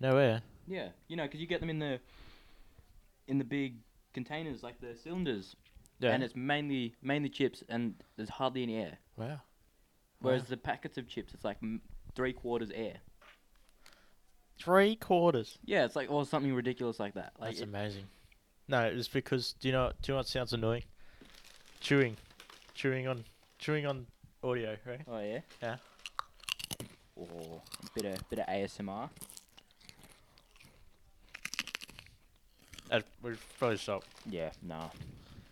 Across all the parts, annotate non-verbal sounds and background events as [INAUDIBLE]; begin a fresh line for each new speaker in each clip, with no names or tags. No way.
Yeah, you know, because you get them in the in the big containers, like the cylinders,
Yeah.
and it's mainly mainly chips, and there's hardly any air.
wow.
Whereas the packets of chips, it's like m- three quarters air.
Three quarters.
Yeah, it's like or something ridiculous like that. Like
That's
it-
amazing. No, it's because do you know do you know what sounds annoying? Chewing, chewing on chewing on audio, right?
oh yeah,
Yeah.
Or a bit of bit of ASMR.
That we probably stop.
Yeah, nah,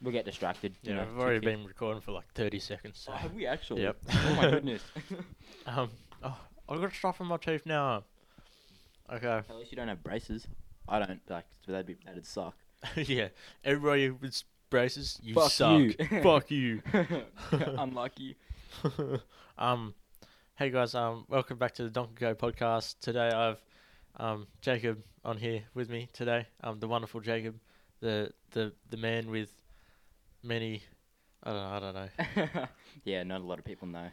we'll get distracted.
You
you
know,
know,
I've already
quickly.
been recording for like thirty seconds. So.
Oh, have we actually?
Yep.
Oh
[LAUGHS]
my goodness. [LAUGHS]
Um, oh, I've got stuff in my tooth now. Okay.
At least you don't have braces. I don't like. So that'd be that'd
[LAUGHS]
suck.
[LAUGHS]
[LAUGHS]
yeah. Everybody with braces, you
Fuck
suck.
you.
[LAUGHS] Fuck you.
Unlucky.
[LAUGHS] um, hey guys. Um, welcome back to the Donkey Go podcast. Today I've um Jacob on here with me today. Um, the wonderful Jacob, the the the man with many. I don't, I don't know.
[LAUGHS] yeah, not a lot of people know.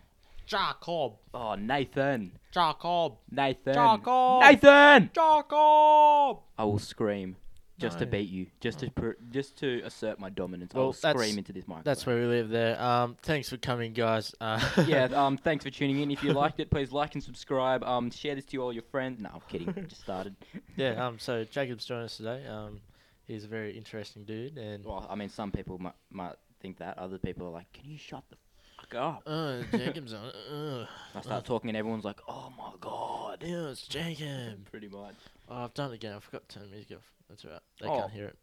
Jacob.
Oh, Nathan.
Jacob.
Nathan.
Jacob.
Nathan.
Jacob.
I will scream just to
No.
beat you, just to pr- just to assert my dominance. I
Well,
will
that's-
scream into this microphone.
That's where we live there. Um, thanks for coming, guys. [LAUGHS] Uh,
[LAUGHS] yeah, um, thanks for tuning in. If you liked it, please like and subscribe. Um, share this to all your friends. No, I'm kidding. I just started.
yeah. Um, so Jacob's joining us today. Um, he's a very interesting dude, and
Well, I mean, some people might, might think that. Other people are like, "Can you shut the fuck up?"
oh, Jacob's on. Uh,
I start talking, and everyone's like, "Oh my god!"
yeah, it's Jacob.
Pretty much.
Oh, I've done it again. I forgot to turn the music off. That's alright. They
Oh,
can't hear it.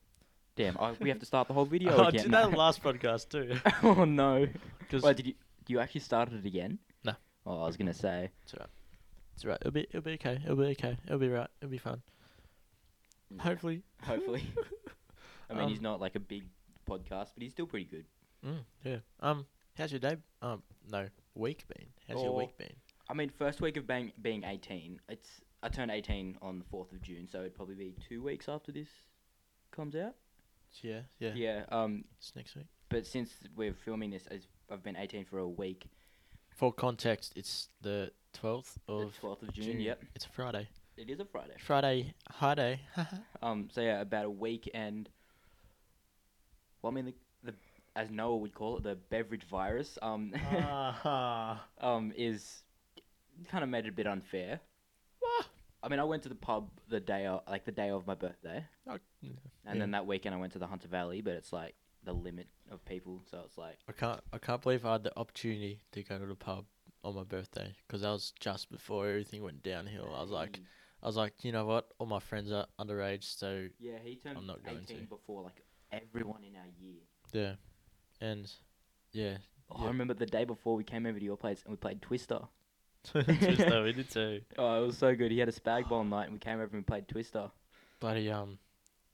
Damn, I, we have to start the whole video
[LAUGHS] oh, I
again.
did that last podcast
[LAUGHS]
too. [LAUGHS]
oh no.
'Cause-
Wait, did you you actually started it again?
No.
Oh, I was gonna say.
it's alright. It'll be. It'll be okay. It'll be okay. It'll be right. It'll be fun.
Hmm.
Hopefully.
Hopefully. I mean,
Um,
he's not like a big podcast, but he's still pretty good.
Mm, yeah. Um. How's your day? Um. No. Week been. How's your
Oh.
week been?
I mean, first week of being being eighteen, it's I turned eighteen on the fourth of June, so it'd probably be two weeks after this comes out.
Yeah. Yeah.
Yeah. Um.
It's next week.
But since we're filming this, as I've been eighteen for a week.
For context, it's the twelfth
The
of
twelfth of June. Yep.
It's a Friday.
It is a Friday.
Friday, hi day. [LAUGHS]
[LAUGHS] Um. So yeah, about a week and. Well, I mean, the, the as Noah would call it, the beverage virus. Um.
Ah.
um, is kind of made it a bit unfair.
Wha-
I mean, I went to the pub the day of, like the day of my birthday,
I
and then that weekend I went to the Hunter Valley, but it's like the limit of people, so it's like
I can't. I can't believe I had the opportunity to go to the pub on my birthday because that was just before everything went
Oh,
downhill. I was like, I was like, you know what? All my friends are underage, so
yeah, he turned
I'm not going
18
to.
before like everyone in our year.
yeah, and yeah. [LAUGHS]
Oh,
Yeah.
I remember the day before we came over to your place and we played Twister.
Just though we did too.
Oh, it was so good. He had a spag [GASPS] bol night and we came over and played Twister.
Bloody um,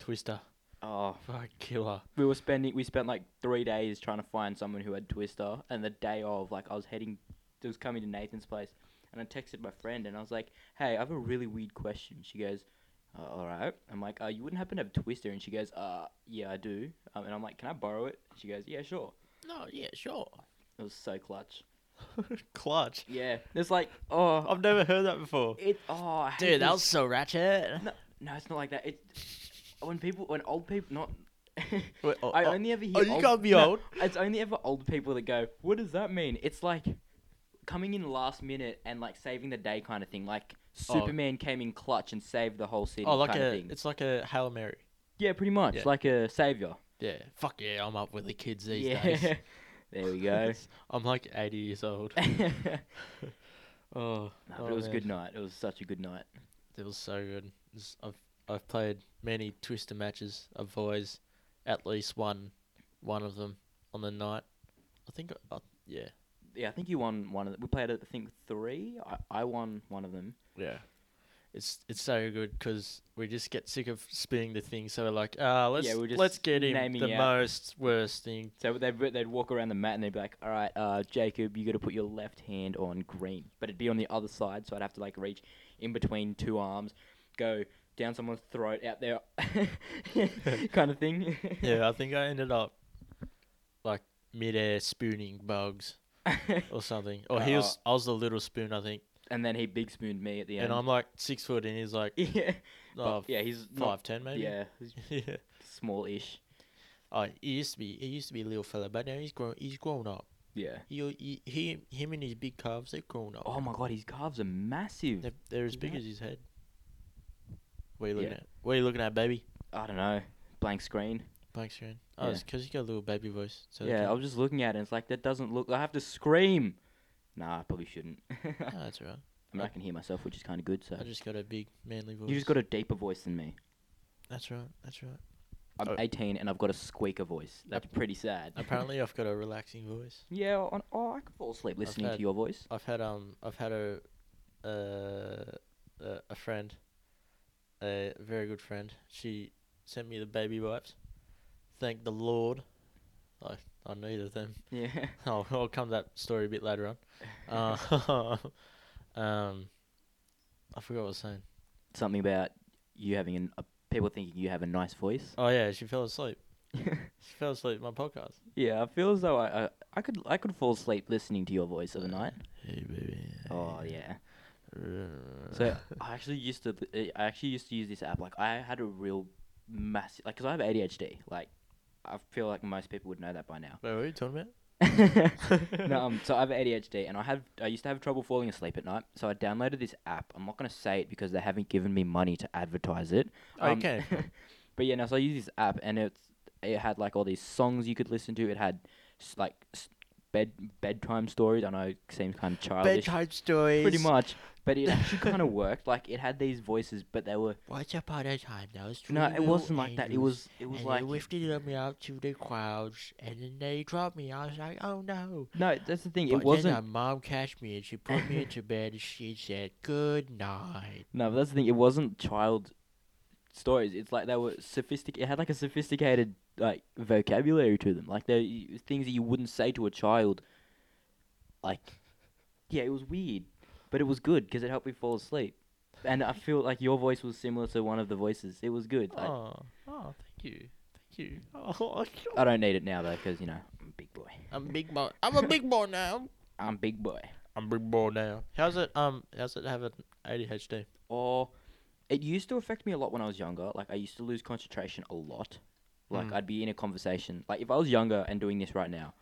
Twister, [LAUGHS]
Oh,
fuck killer.
we were spending we spent like three days trying to find someone who had Twister, and the day of, like, I was heading, I was coming to Nathan's place, and I texted my friend, and I was like, "Hey, I have a really weird question." She goes, uh, "All right." I'm like, uh, "You wouldn't happen to have Twister?" And she goes, "Uh, yeah, I do." Um, and I'm like, "Can I borrow it?" She goes, "Yeah, sure."
No, yeah, sure.
It was so clutch.
[LAUGHS] Clutch.
Yeah, it's like, oh,
I've never heard that before.
it, oh, I hate
Dude, that
this.
was so [LAUGHS] ratchet.
no, no, it's not like that. It when people, when old people, not. [LAUGHS]
Wait, oh,
I
oh,
only ever hear.
oh, you
old,
can't be
no,
old.
It's only ever old people that go. What does that mean? It's like coming in last minute and like saving the day kind of thing. Like
Oh.
Superman came in clutch and saved the whole city
Oh, like
kind
a.
of thing.
It's like a hail mary.
Yeah, pretty much
Yeah.
like a savior.
Yeah. Fuck yeah, I'm up with the kids these
yeah.
[LAUGHS] days.
[LAUGHS] there we go. [LAUGHS]
I'm like 80 years old.
no, but
Oh,
it
oh,
was a
man.
good night. It was such a good night.
It was so good. It's- I've I've played many Twister matches. I've always at least won one of them on the night. I think. I, I- yeah.
Yeah, I think you won one of them. We played, I think, three. I, I won one of them.
Yeah. It's it's so good because we just get sick of spinning the thing. So we're like, ah, let's
we're just
let's get him
naming
the
out-
most worst thing.
So they'd, they'd walk around the mat and they'd be like, all right, uh, Jacob, you got to put your left hand on green. But it'd be on the other side, so I'd have to like reach in between two arms, go down someone's throat, out there, [LAUGHS] kind of thing.
[LAUGHS] Yeah, I think I ended up like midair spooning bugs. or something. Or he
Uh,
was I was the little spoon, I think.
[LAUGHS] and then he big spooned me at the end.
And I'm like six foot, and he's like
[LAUGHS] yeah, but
oh,
[LAUGHS] yeah, he's
five
not.
ten maybe.
Yeah, he's
[LAUGHS] yeah.
small-ish.
Oh, he used to be he used to be a little fella, but now he's grown he's grown up.
Yeah.
He, he, he him and his big calves they're grown up.
Oh my god, his calves are massive.
They're, they're as
you
big
know-
as his head. What are you looking
Yeah.
at? What are you looking at, baby?
I don't know. Blank screen.
Blank screen. Oh, it's because you got a little baby voice. So
yeah, I
yeah,
was just looking at it. and It's like that doesn't look. I have to scream. Nah, I probably shouldn't. [LAUGHS]
oh,
I
that's alright.
mean, I can hear myself, which is kind of good. So
I just got a big manly voice.
you just got a deeper voice than me.
That's right. That's right.
I'm
Oh.
18 and I've got a squeaker voice. That's pretty sad.
Apparently, I've got a relaxing voice.
[LAUGHS] yeah. On, oh, I could fall asleep listening
had-
to your voice.
I've had um I've had a uh, a- a friend, a very good friend. She sent me the baby wipes. Thank the Lord. I I needed them. [LAUGHS]
Yeah. [LAUGHS]
I'll, I'll come to that story a bit [LAUGHS] later on. Uh, [LAUGHS] um, I forgot what I was saying.
Something about you having an, uh, people thinking you have a nice voice.
Oh yeah, she fell asleep. she fell asleep in my podcast.
[LAUGHS] Yeah, I feel as though I, I I could I could fall asleep listening to your voice
Uh,
of the night.
Hey baby.
Oh
[LAUGHS]
yeah. So I actually used to uh, I actually used to use this app. Like I had a real massive like because I have ADHD. Like I feel like most people would know that by now.
Wait, what are you talking
[LAUGHS]
about? [LAUGHS]
no, um, so I have ADHD and I have I used to have trouble falling asleep at night. So I downloaded this app. I'm not gonna say it because they haven't given me money to advertise it. Um,
okay.
[LAUGHS] but yeah, no, so I use this app and it's it had like all these songs you could listen to. It had s- like s- bed bedtime stories. I know it seems kind of childish.
Bedtime stories.
Pretty much, but it actually kind of worked. Like it had these voices, but they were
Once upon a time, there was
no,
three
it
little
wasn't like that. It
angels,
was it was
and
like
they lifted me up to the clouds, and then they dropped me. I was like, oh no.
no, that's the thing.
but
It wasn't
Then my mom catched me, and she put
[LAUGHS]
me into bed, and she said, good night.
no, but that's the thing. It wasn't child stories. It's like they were sophisticated. It had like a sophisticated like vocabulary to them. Like there things that you wouldn't say to a child. Like, yeah, it was weird, but it was good because it helped me fall asleep. And I feel like your voice was similar to one of the voices. It was good. Like,
Oh, oh, thank you. Thank [LAUGHS] you. Oh,
I don't need it now though, because you know I'm a big boy.
I'm big boy. I'm a big boy now.
I'm a big boy.
[LAUGHS] I'm big boy now. How's it? Um, how's it having ADHD?
or it used to affect me a lot when I was younger. Like I used to lose concentration a lot. Like
Mm.
I'd be in a conversation. Like if I was younger and doing this right now,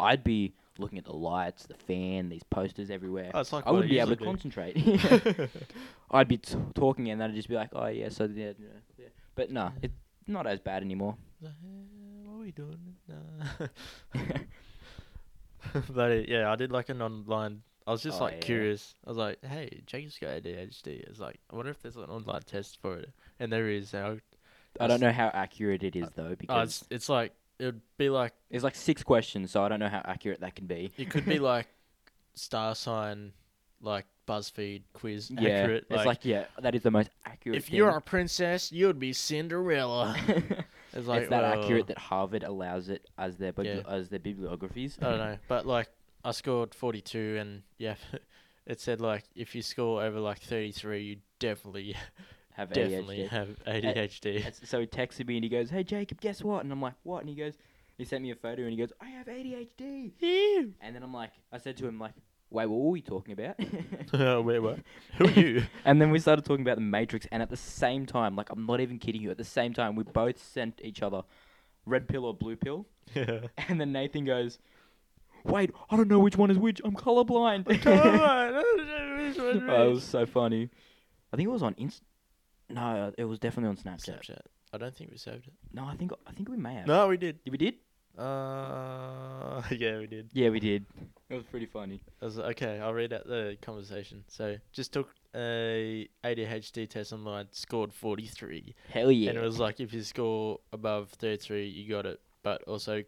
I'd be looking at the lights, the fan, these posters everywhere.
Oh, it's like
I
what
wouldn't
it
be able
used
to
to
concentrate.
[LAUGHS]
[LAUGHS] I'd be t- talking and I'd just be like, oh yeah, so yeah, yeah, yeah. but no,
Yeah.
it's not as bad anymore. [LAUGHS]
What are we doing? [LAUGHS] Nah. [LAUGHS] but it, yeah, I did like an online. I was just
Oh,
like
yeah.
curious. I was like, hey, Jake's got ADHD. It's like, I wonder if there's an online test for it, and there is. And I, would-
I don't know how accurate it is though,
oh,
because
it's, it's like it would be like
it's like six questions, so I don't know how accurate that can be. [LAUGHS]
it could be like star sign, like BuzzFeed quiz
Yeah,
accurate.
it's like yeah, that is the most accurate.
if
thing.
you're a princess, you'd
[LAUGHS]
be Cinderella. it's like
it's that
well,
accurate that Harvard allows it as their bibli-
uh, Yeah.
as their bibliographies.
I don't know, but like I scored 42, and yeah, [LAUGHS] it said like if you score over like 33, you definitely [LAUGHS]
Have
definitely
ADHD.
have
[LAUGHS]
ADHD.
And so he texted me and he goes, "Hey Jacob, guess what?" And I'm like, "What?" And he goes, he sent me a photo and he goes, "I have ADHD." And then I'm like, I said to him like, "Wait, what were we talking
[LAUGHS]
about?"
Where were? Who are you?
[LAUGHS] and then we started talking about the Matrix, and at the same time, like I'm not even kidding you, at the same time, we both sent each other red pill or blue pill,
[LAUGHS]
[LAUGHS]
yeah.
and then Nathan goes. Wait, I don't know which one is which. I'm
[LAUGHS]
colorblind. [LAUGHS] Oh, it was so funny. I think it was on Inst. No, it was definitely on Snapchat.
Snapchat. I don't think we saved it.
No, I think I think we may have.
No, we did.
Yeah, we did.
Uh, [LAUGHS] yeah, we did.
Yeah, we did. It was pretty funny.
I was- okay, I'll read out the conversation. So, just took a ADHD test online, scored 43.
Hell yeah.
And it was like if you score above 33, you got it. But also,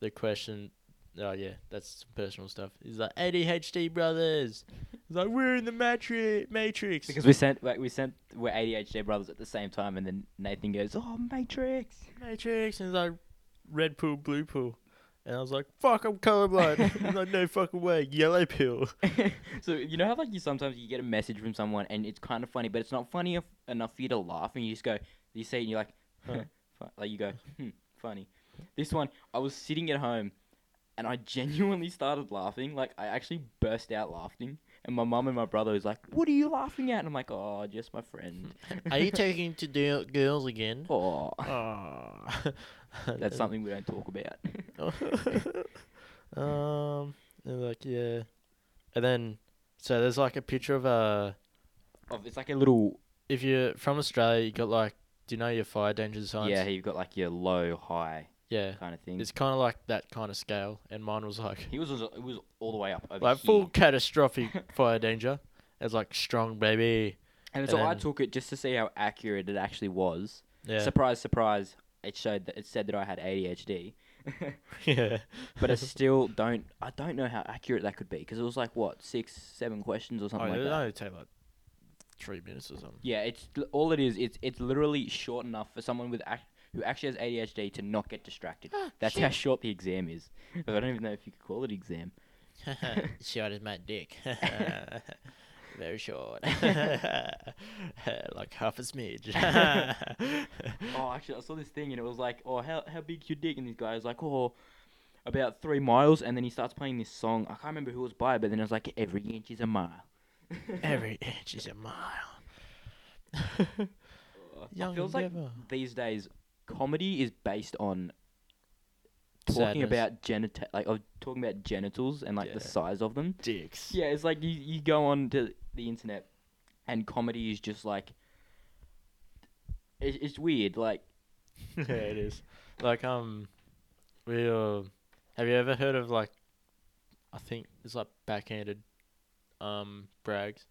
the question, oh yeah, that's some personal stuff. He's like ADHD brothers. He's like we're in the matri- matrix.
because we sent like, we sent we're ADHD brothers at the same time, and then Nathan goes, "Oh, Matrix."
matrix. And he's like red pill, blue pill. And I was like, fuck, I'm colorblind.
[LAUGHS]
he's like, no fucking way, yellow pill.
so you know how like you sometimes you get a message from someone and it's kind of funny, but it's not funny enough, enough for you to laugh, and you just go, you see, it and you're like,
Huh.
fu- like you go, hmm, funny. This one, I was [LAUGHS] sitting at home, and I genuinely started laughing. Like I actually burst out laughing, And my mum and my brother was like, "What are you laughing at?" And I'm like, "Oh, just my friend."
Are you talking to do- girls again?
[LAUGHS] oh,
Oh.
[LAUGHS]
[LAUGHS]
that's something we don't talk about.
um, they're like yeah, and then so there's like a picture of a
Of- it's like a little
if you're from Australia, you got like do you know your fire danger signs?
yeah. You've got like your low, high
yeah.
kind of thing.
It's kind of like that kind of scale, and mine was like
he was it was all the way up over
like
here.
full catastrophic fire danger. It's like strong baby.
and so
and
I
then-
took it just to see how accurate it actually was.
Yeah,
Surprise, surprise! It showed that it said that I had ADHD,
yeah,
[LAUGHS] but
[LAUGHS]
I still don't. I don't know how accurate that could be because it was like what six, seven questions or
oh,
something like
it'd
that.
only take like three minutes or something.
Yeah, it's l- all it is. It's it's literally short enough for someone with ac- who actually has ADHD to not get
[GASPS]
distracted. That's how short the exam is. [LAUGHS] I don't even know if you could call it exam.
[LAUGHS] short as my dick. [LAUGHS] Very short. [LAUGHS] like half a smidge. [LAUGHS]
Oh, actually, I saw this thing and it was like, oh, how how big's your dick? And this guy was like, oh, about three miles. And then he starts playing this song. I can't remember who it was by, but then it was like every inch is a mile.
[LAUGHS]
[LAUGHS]
Every inch is a mile.
Uh,
[LAUGHS] Young
it feels like
endeavor.
these days comedy is based on talking
Sadness.
about genita- like of talking about genitals and like the
Yeah.
size of them.
Dicks.
Yeah, it's like you, you go on to the internet and comedy is just like it, it's weird. Like
yeah, it is. Like um, we uh, have you ever heard of like, I think it's like backhanded, um, [LAUGHS] brags.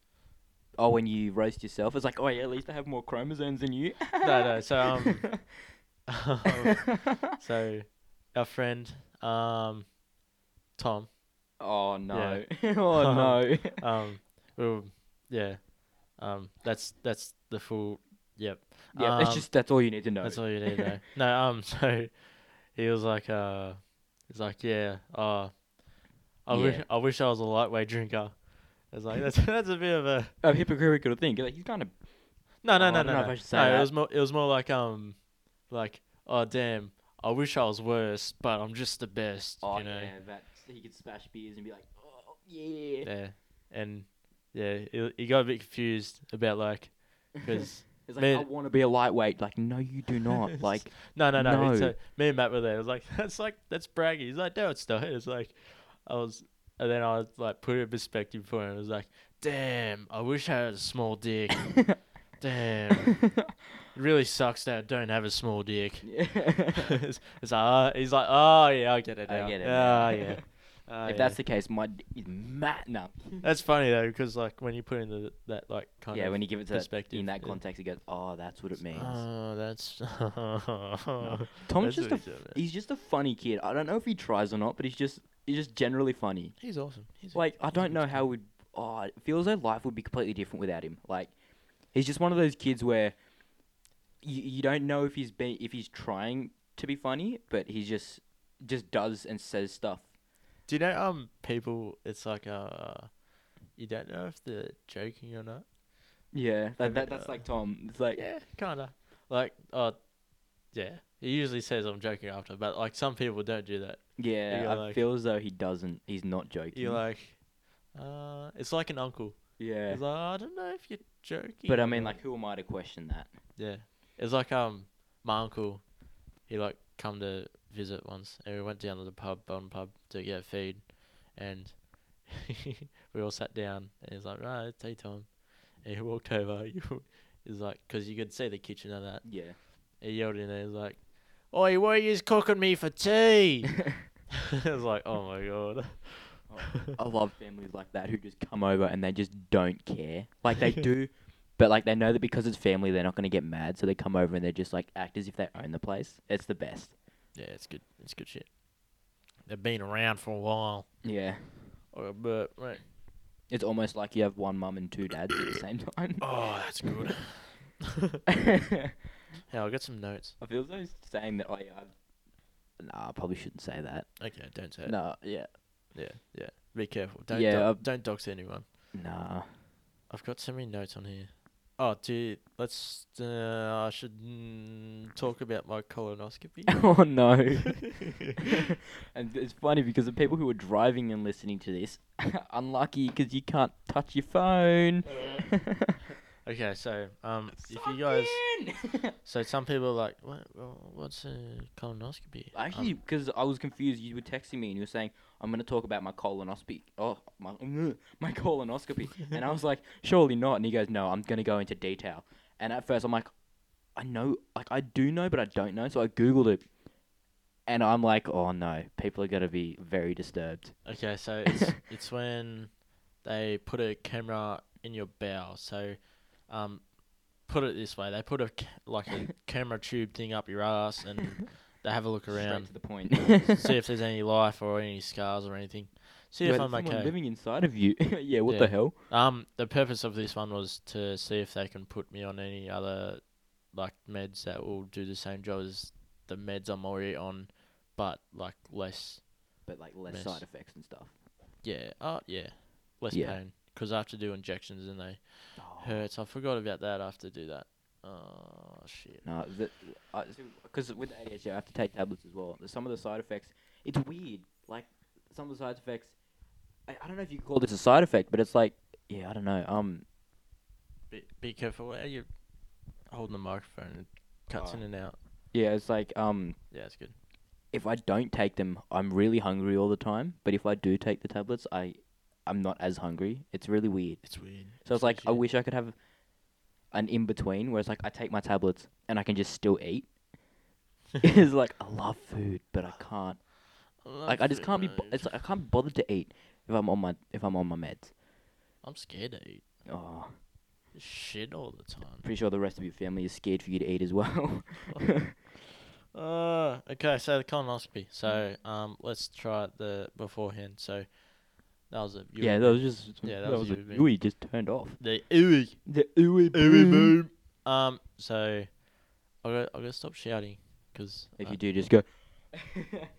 oh, when you roast yourself, it's like oh yeah, at least I have more chromosomes than you.
[LAUGHS] no, no. So um, um, so our friend um, Tom
[LAUGHS] oh no, [LAUGHS] oh no.
um, we were- yeah, um, that's that's the full. Yep.
yeah, that's
Um,
just that's all you need to know.
That's all you need to know. no, um, [LAUGHS] so he was like, uh, he's like, yeah, uh, I wish
Yeah.
I wish I was a lightweight drinker. I was
[LAUGHS]
like, [LAUGHS] that's that's a bit of a
a hypocritical thing. Like, you kind of
no, no,
Oh,
no,
I don't
no,
know
no.
if I should say
no it
that.
was more it was more like um, like oh damn, I wish I was worse, but I'm just the best,
oh
you know.
yeah, that he could smash beers and be like oh yeah.
[LAUGHS] Yeah, and yeah, he, he got a bit confused about like because.
[LAUGHS] It's like
Man-
I want to be a lightweight. Like no, you do
[LAUGHS]
not. Like
No, no, no.
No.
So me and Matt were there. It was like, [LAUGHS] that's like, that's braggy. He's like, no, it's not. It's like, I was, and then I was like, put it in perspective for him. It was like, damn, I wish I had a
[LAUGHS]
small dick. damn. It really sucks that I don't have a
[LAUGHS]
small dick. [LAUGHS]
if
it's, it's like, uh, he's like, oh, yeah, I get it
I
now.
get it now." [LAUGHS]
Ah, yeah. Ah, yeah.
that's the case, my d- is mad. No.
that's funny though, because like when you put in the, that like kind
yeah,
of [LAUGHS]
when you give it to that,
perspective,
in that
yeah.
context, he goes, "Oh, that's what it means."
oh, that's
Tom's [LAUGHS]
that's [LAUGHS]
just
what
a
he said, man.
he's just a funny kid. I don't know if he tries or not, but he's just he's just generally funny.
he's awesome. He's a-
Like I
he's a
don't
good
know
kid.
how we'd. Oh, it feels like life would be completely different without him. Like he's just one of those kids where you, you don't know if he's been if he's trying to be funny, but he just just does and says stuff.
Do you know um people? It's like uh, you don't know if they're joking or not.
Yeah,
Have
that,
you-
that that's like Tom. It's like
Yeah, kinda. Like uh, yeah. He usually says I'm joking after, but like some people don't do that.
yeah,
You're
I
like-
feel as though he doesn't. He's not joking.
You're like, uh, it's like an uncle.
yeah,
It's like I don't know if you're joking.
But I
or
mean,
not."
like, who am I to question that?
yeah. It's like um my uncle, he like come to visit once, and we went down to the pub, Bond pub, to get a feed, and [LAUGHS] we all sat down, and he's like, right, it's tea time, and he walked over, [LAUGHS] he's like, because you could see the kitchen and that,
Yeah.
he yelled in there, he's like, oi, what are you cooking me for tea? [LAUGHS]
[LAUGHS]
I was like, oh my god.
I love families like that who just come over and they just don't care. Like, [LAUGHS] they do, but, like, they know that because it's family, they're not going to get mad. So they come over and they just, like, act as if they own the place. It's the best.
Yeah, it's good, it's good shit. They've been around for a while.
Yeah.
Oh, but, right.
It's almost like you have one mum and two dads at the same time.
Oh, that's good.
[LAUGHS]
[LAUGHS]
I
Yeah, I'll get some notes.
feel so saying that, like, I. Nah, I probably shouldn't say that.
Okay, don't say it.
No, yeah.
Yeah, yeah. Be careful. Don't
Yeah,
do-
I've-
don't dox anyone.
Nah. [LAUGHS]
I've got so many notes on here. Oh, dude, let's. Uh, I should mm, talk about
[LAUGHS]
my colonoscopy.
oh no. and it's funny because the people who are driving and listening to this, [LAUGHS] unlucky because you can't touch your phone. [LAUGHS]
okay, so um, if you guys,
Suck [LAUGHS] in!
so some people are like, what, well, what's a colonoscopy? Um,
Actually, because I was confused, you were texting me and you were saying, "I'm going to talk about my colonoscopy." Oh, my, [LAUGHS] my colonoscopy, and I was like, "Surely not." And he goes, "No, I'm going to go into detail." And at first, I'm like, "I know, like I do know, but I don't know." So I googled it, and I'm like, "Oh no, people are going to be very disturbed." [LAUGHS]
okay, so it's it's when they put a camera in your bowel. So, um, put it this way, they put a ca-
[LAUGHS]
like a camera tube thing up your ass and they have a look
Straight
around,
to the [LAUGHS] point.
see if there's any life or any scars or anything. See
Wait,
if I'm
someone
okay.
living inside of you. [LAUGHS] yeah, what
Yeah.
the hell?
Um, the purpose of this one was to see if they can put me on any other like meds that will do the same job as the meds I'm already on, but like less.
But like less
Mess.
side effects and stuff.
Yeah. Oh, yeah. Less pain.
Yeah.
'Cause pain because I have to do injections and they
Oh.
hurts. I forgot about that. I have to do that. Oh shit.
No, because with ADHD, I have to take tablets as well. Some of the side effects, it's weird. Like some of the side effects, I, I don't know if you could call this a side effect, but it's like, yeah, I don't know. Um,
Be, be careful. How you holding the microphone? It cuts
Oh.
in and out.
yeah, it's like um,
Yeah, it's good.
if I don't take them, I'm really hungry all the time. But if I do take the tablets, I, I'm not as hungry. It's really weird.
It's weird.
So it's like I
legit.
wish I could have an in between where it's like I take my tablets and I can just still eat. [LAUGHS] it's like I love food, but I can't. Like I just can't be. Bo- it's like I can't be bothered to eat if I'm on my if I'm on my meds.
I'm scared to eat
Oh,
shit all the time.
pretty sure the rest of your family is scared for you to eat as well.
Uh, okay, so the colonoscopy. So, um, let's try the beforehand. So, that was a
[LAUGHS] yeah, that was just
Yeah,
that,
that
was,
was you
a-
with me.
ooh, you just turned off.
the ooey
The ooey
ooey boom. Um, so I gotta, I gotta stop shouting because
If you do, just go.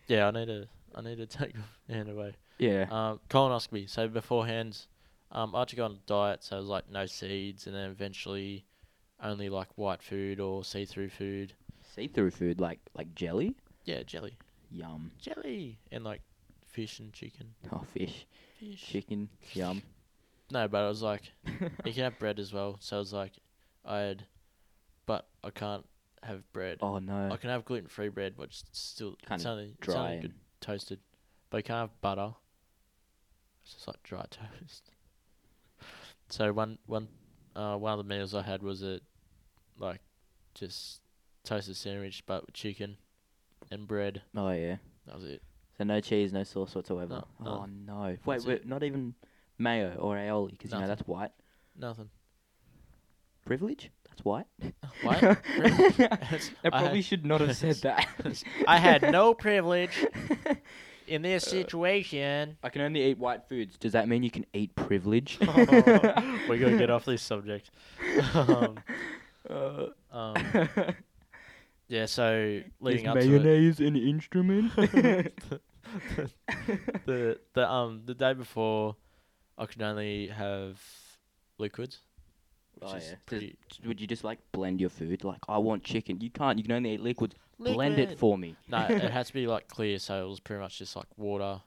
yeah, I need to I need to [LAUGHS] take my hand away.
Yeah.
Um, colonoscopy. So beforehand, um, I had to go on a diet. So it was like no seeds, and then eventually only like white food or see-through food.
See-through food like like jelly.
Yeah, jelly,
Yum.
jelly, and like fish and chicken.
Oh, fish,
Fish.
chicken. [LAUGHS] Yum.
No, but I was like, you can have bread as well. So I was like, I had, but I can't have bread.
Oh no.
I can have gluten free bread, which is still
Kinda
it's only, it's
Dry.
only good
and-
toasted, but you can't have butter. It's just like dry [LAUGHS] toast. So one one uh one of the meals I had was a like just toasted sandwich, but with chicken and bread.
Oh yeah.
That was it.
So no cheese, no sauce whatsoever.
No, no.
Oh no. Wait,
That's
wait, not even mayo or aioli because you know
Nothing.
that's white
Nothing.
privilege. That's white.
[LAUGHS] What? Really?
I
I had-
probably should not have said [LAUGHS] that.
I had no privilege in this situation.
I can only eat white foods. Does that mean you can eat
[LAUGHS]
privilege? [LAUGHS]
We're gonna get off this subject. [LAUGHS] um,
Uh,
um, yeah, so [LAUGHS] leading
is
up to it. Oh,
mayonnaise an
[LAUGHS]
instrument? [LAUGHS]
the the um the day before, I could only have liquids, which
Oh,
is
yeah. Just
pretty
Would you just like blend your food? Like I want chicken. You can't. You can only eat liquids. Blend it for me.
no, it
[LAUGHS]
had to be like clear, so it was pretty much just like water,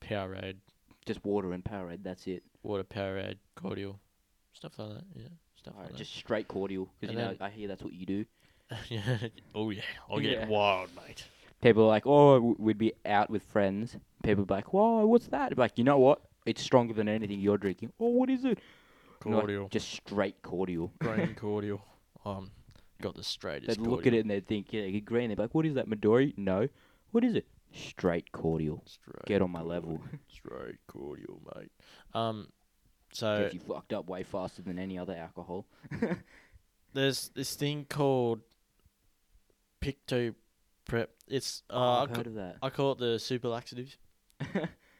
Powerade,
just water and Powerade. That's it.
water Powerade, cordial, stuff like that. Yeah, stuff
Alright,
like
just straight cordial. Because
And
you know,
then-
I hear that's what you do.
that. [LAUGHS] yeah. Oh yeah, I'll
Yeah.
get wild, mate.
People are like, oh, w- we'd be out with friends. People be like, whoa, what's that? Like, you know what? It's stronger than anything you're drinking. Oh, what is it? And you're like,
Cordial,
just straight cordial.
green cordial. Um, got the straightest.
They'd look at it and they'd think, yeah, you're green. They'd be like, what is that, Midori? No. What is it? Straight cordial.
Straight
Get on my
cordial,
level.
Straight cordial, mate. Um, so
Gets you fucked up way faster than any other alcohol.
there's this thing called Picto Prep. It's uh,
Oh,
I,
I've
ca-
heard of that.
I call it the super laxatives,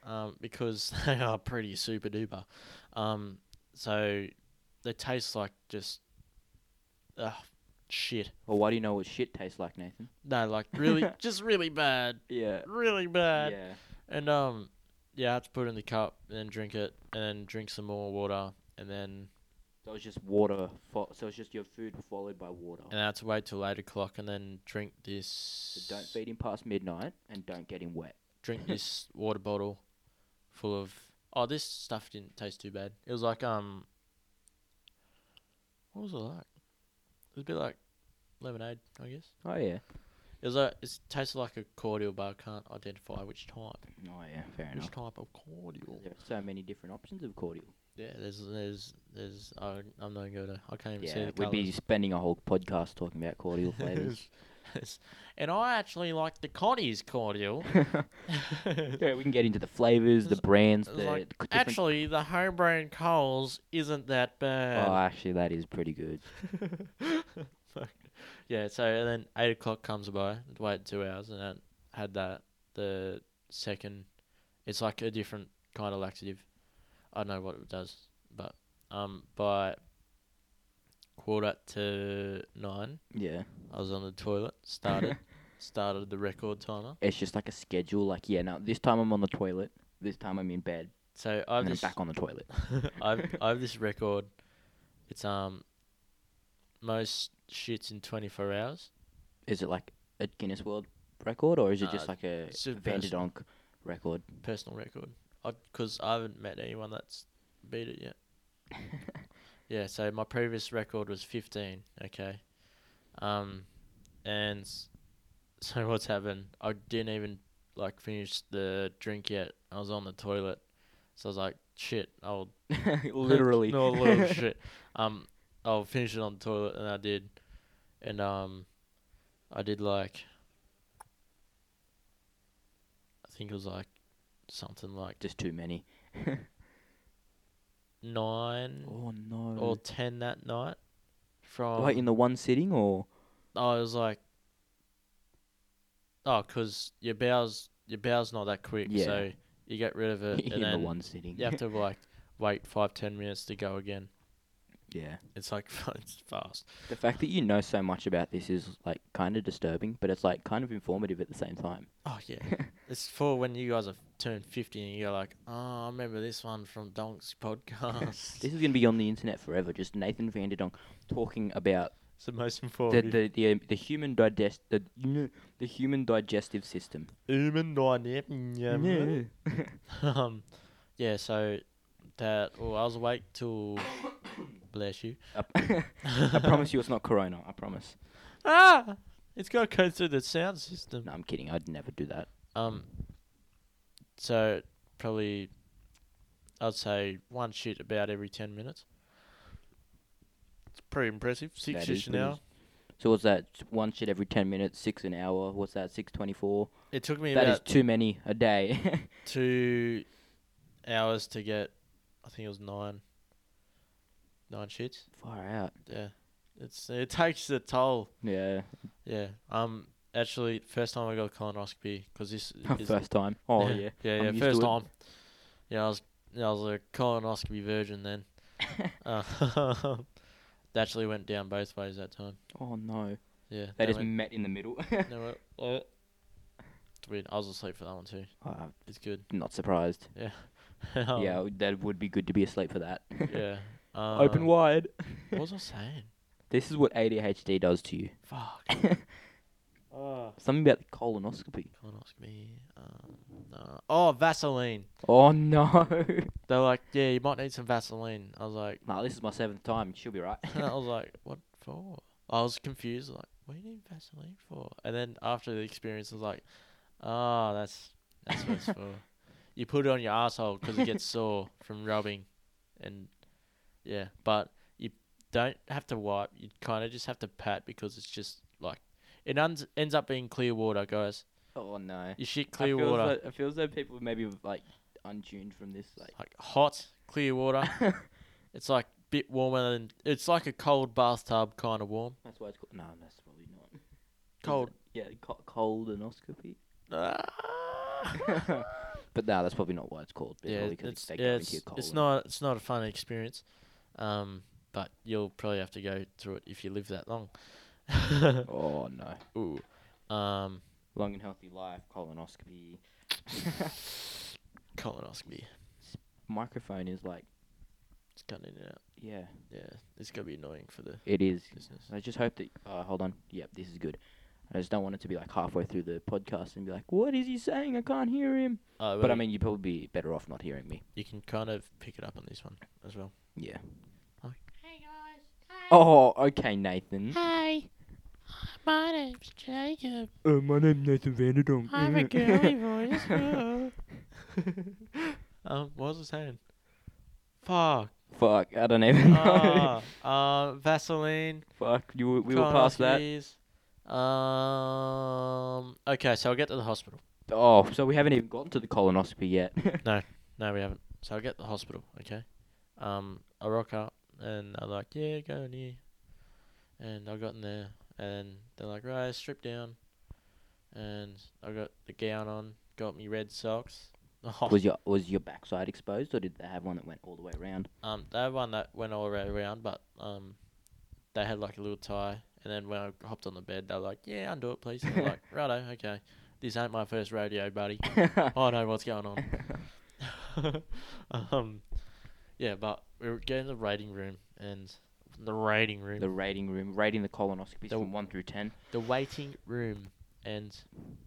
um, because [LAUGHS] they are pretty super duper. Um, so they taste like just uh, shit.
[LAUGHS] Well, why do you know what shit tastes like, Nathan?
No, like
[LAUGHS]
really, just really bad,
Yeah.
really bad.
Yeah.
And um, yeah, I have to put it in the cup and then drink it, and then drink some more water, and then
So it was just water. Fo- so it's just your food followed by water.
And that's wait till eight o'clock and then drink this.
So don't feed him past midnight and don't get him wet. [LAUGHS]
drink this water bottle full of oh this stuff didn't taste too bad it was like um what was it like it was a bit like lemonade i guess
Oh yeah.
it was like it tasted like a cordial but i can't identify which type
Oh yeah. Fair
which
enough.
type of cordial
There are so many different options of cordial.
yeah there's there's there's I, i'm not good at, i can't even see
Yeah,
the
we'd be spending a whole podcast talking about [LAUGHS] cordial flavors.
colours. and i actually like the connie's
[LAUGHS]
cordial
yeah, we can get into the flavors, the
It's-
brands,
it's
the
like,
c- different.
actually the homebrewing coals isn't that bad
oh, actually, that is pretty good.
[LAUGHS] Fuck. yeah, so and then eight o'clock comes by, wait two hours, and then had that the second. It's like a different kind of laxative. I don't know what it does, but um, by quarter to nine,
Yeah,
I was on the toilet. Started started the record timer.
[LAUGHS] it's just like a schedule. Like, yeah, now this time I'm on the toilet. This time I'm in bed.
So
I'm
I've
then
this
back on the toilet.
[LAUGHS] I've
[LAUGHS]
I've this record. It's um most shits in twenty four hours.
Is it like a Guinness World Record or is it
Uh,
just like a
it's a personal-
Vanderdonk
[LAUGHS]
record? [LAUGHS]
personal record. Because I, haven't met anyone that's beat it yet. yeah, so my previous record was 15, okay? Um, and s- so [LAUGHS] what's happened? I didn't even, like, finish the drink yet. I was on the toilet. So I was like, shit, I'll...
Literally.
no, little
[LAUGHS]
shit. Um, I'll finish it on the toilet, and I did. And, um, I did, like... I think it was, like, something like
just too many.
nine
Oh no.
or ten that night. From
Wait, in the one sitting or?
I was like, oh, 'cause your bowels your bowels not that quick,
Yeah.
so you get rid of
[LAUGHS]
it,
in
Uh, and
the
then
one sitting. [LAUGHS]
you have to like wait five ten minutes to go again.
yeah.
It's like [LAUGHS] it's fast.
The fact that you know so much about this is like kind of disturbing, but it's like kind of informative at the same time. [LAUGHS]
Oh yeah, it's for when you guys are turned fifty and you're like, oh, I remember this one from Donk's
[LAUGHS]
podcast. [LAUGHS]
This is going to be on the internet forever. Just Nathan Vanderdonk talking about
it's the most
the
informative.
the the, um, the human digest the, the human digestive system.
Human dynamic. [LAUGHS] um, yeah. So that. Oh, I was awake till. [COUGHS] bless you.
[LAUGHS] I, I
[LAUGHS]
promise you, it's not Corona. I promise.
Ah, it's got to go through the sound system.
No, I'm kidding. I'd never do that.
Um. So probably, I'd say one shit about every ten minutes. It's pretty impressive. Six
That
shits
is
an
pretty
hour.
s- So what's that? One shit every ten minutes, six an hour. What's that? Six twenty-four.
It took me
That is
about
too many a day. [LAUGHS]
two hours to get. I think it was nine. Nine shits.
Far out.
Yeah. It's it takes the toll.
Yeah.
Yeah. Um. Actually, first time I got a colonoscopy
[LAUGHS]
because this is
First time. Oh
yeah
yeah.
yeah,
I'm
yeah
used
first
to it.
time. Yeah, I was yeah, I was a colonoscopy
[LAUGHS]
virgin then. uh, [LAUGHS] they actually went down both ways that time.
Oh no.
Yeah.
They
they
just
went-
met in the [LAUGHS] middle.
they went, uh, it's weird. I was asleep for that one too.
I'm
It's good. [LAUGHS]
not surprised.
Yeah.
yeah,
Um,
w- that would be good to be asleep for that.
Yeah.
[LAUGHS] Open
um,
wide.
What was I saying?
This is what ADHD does to you.
Fuck. oh.
Something about the colonoscopy.
Colonoscopy. Um, no. Oh, Vaseline.
Oh no.
They're like, yeah, you might need some Vaseline. I was like,
[LAUGHS]
[LAUGHS]
nah, this is my seventh time. She'll be right.
And I was like, what for? I was confused, like, what do you need Vaseline for? And then after the experience, I was like, oh, that's that's what it's
[LAUGHS]
for. You put it on your asshole because it gets sore from rubbing, and yeah, but you don't have to wipe. You kind of just have to pat because it's just like it uns- ends up being clear water, guys.
[LAUGHS] Oh no.
You shit
I
clear
feel
water,
as though- I feel as though people maybe like untuned from this. Like,
like hot clear water. [LAUGHS]
[LAUGHS]
it's like bit warmer than it's like a cold bathtub kind of [LAUGHS] warm.
that's why it's called. No, that's probably not. Is it-
Cold.
Yeah, co- [LAUGHS] colonoscopy.
Ah.
But no, that's probably not why it's called. It's
yeah,
probably 'cause
it's,
they
yeah,
go into
it's,
your colon.
it's not it's not a fun experience, um, but you'll probably have to go through it if you live that long. [LAUGHS]
Oh no.
Ooh. Um,
Long and healthy life, [LAUGHS] colonoscopy.
colonoscopy.
Microphone is like
It's cutting in and out.
Yeah,
Yeah, it's gonna be annoying for the
it is.
listeners.
I just hope that. Uh, hold on. Yep, this is good. I just don't want it to be like halfway through the podcast and be like, "What is he saying? I can't hear him."
Uh,
But I mean, you'd probably be better off not hearing me.
you can kind of pick it up on this one as well.
Yeah.
Hey guys.
Oh, okay, Nathan.
Hi. My name's Jacob.
Uh, my name's Nathan Vanderdonk.
I have
[LAUGHS]
a girly voice. Oh.
[LAUGHS] Um, what was I saying? Fuck.
[LAUGHS] Fuck, I don't even know.
Ah, uh, Vaseline.
[LAUGHS] Fuck, you, were- we were past that.
cookies. Um. Okay, so I'll get to the hospital.
Oh, so we haven't even gotten to the colonoscopy [LAUGHS] yet.
No, we haven't. So I get to the hospital, okay? Um, I rock up and they're like, yeah, go in here. And I got in there and they're like, right, strip down. And I got the gown on, got me red socks. [LAUGHS] Oh,
was your was your backside exposed, or did they have one that went all the way around? [LAUGHS]
um, they had one that went all the way around, but um, they had like a little tie. And then when I hopped on the bed, they were like, yeah, undo it, please. And
[LAUGHS]
I'm like, righto, okay. This ain't my first rodeo, buddy. I know what's going on. [LAUGHS] um, yeah, but we were getting the rating room and the rating room,
the
the,
rating room, rating the colonoscopies
The-
from one through ten.
waiting room, and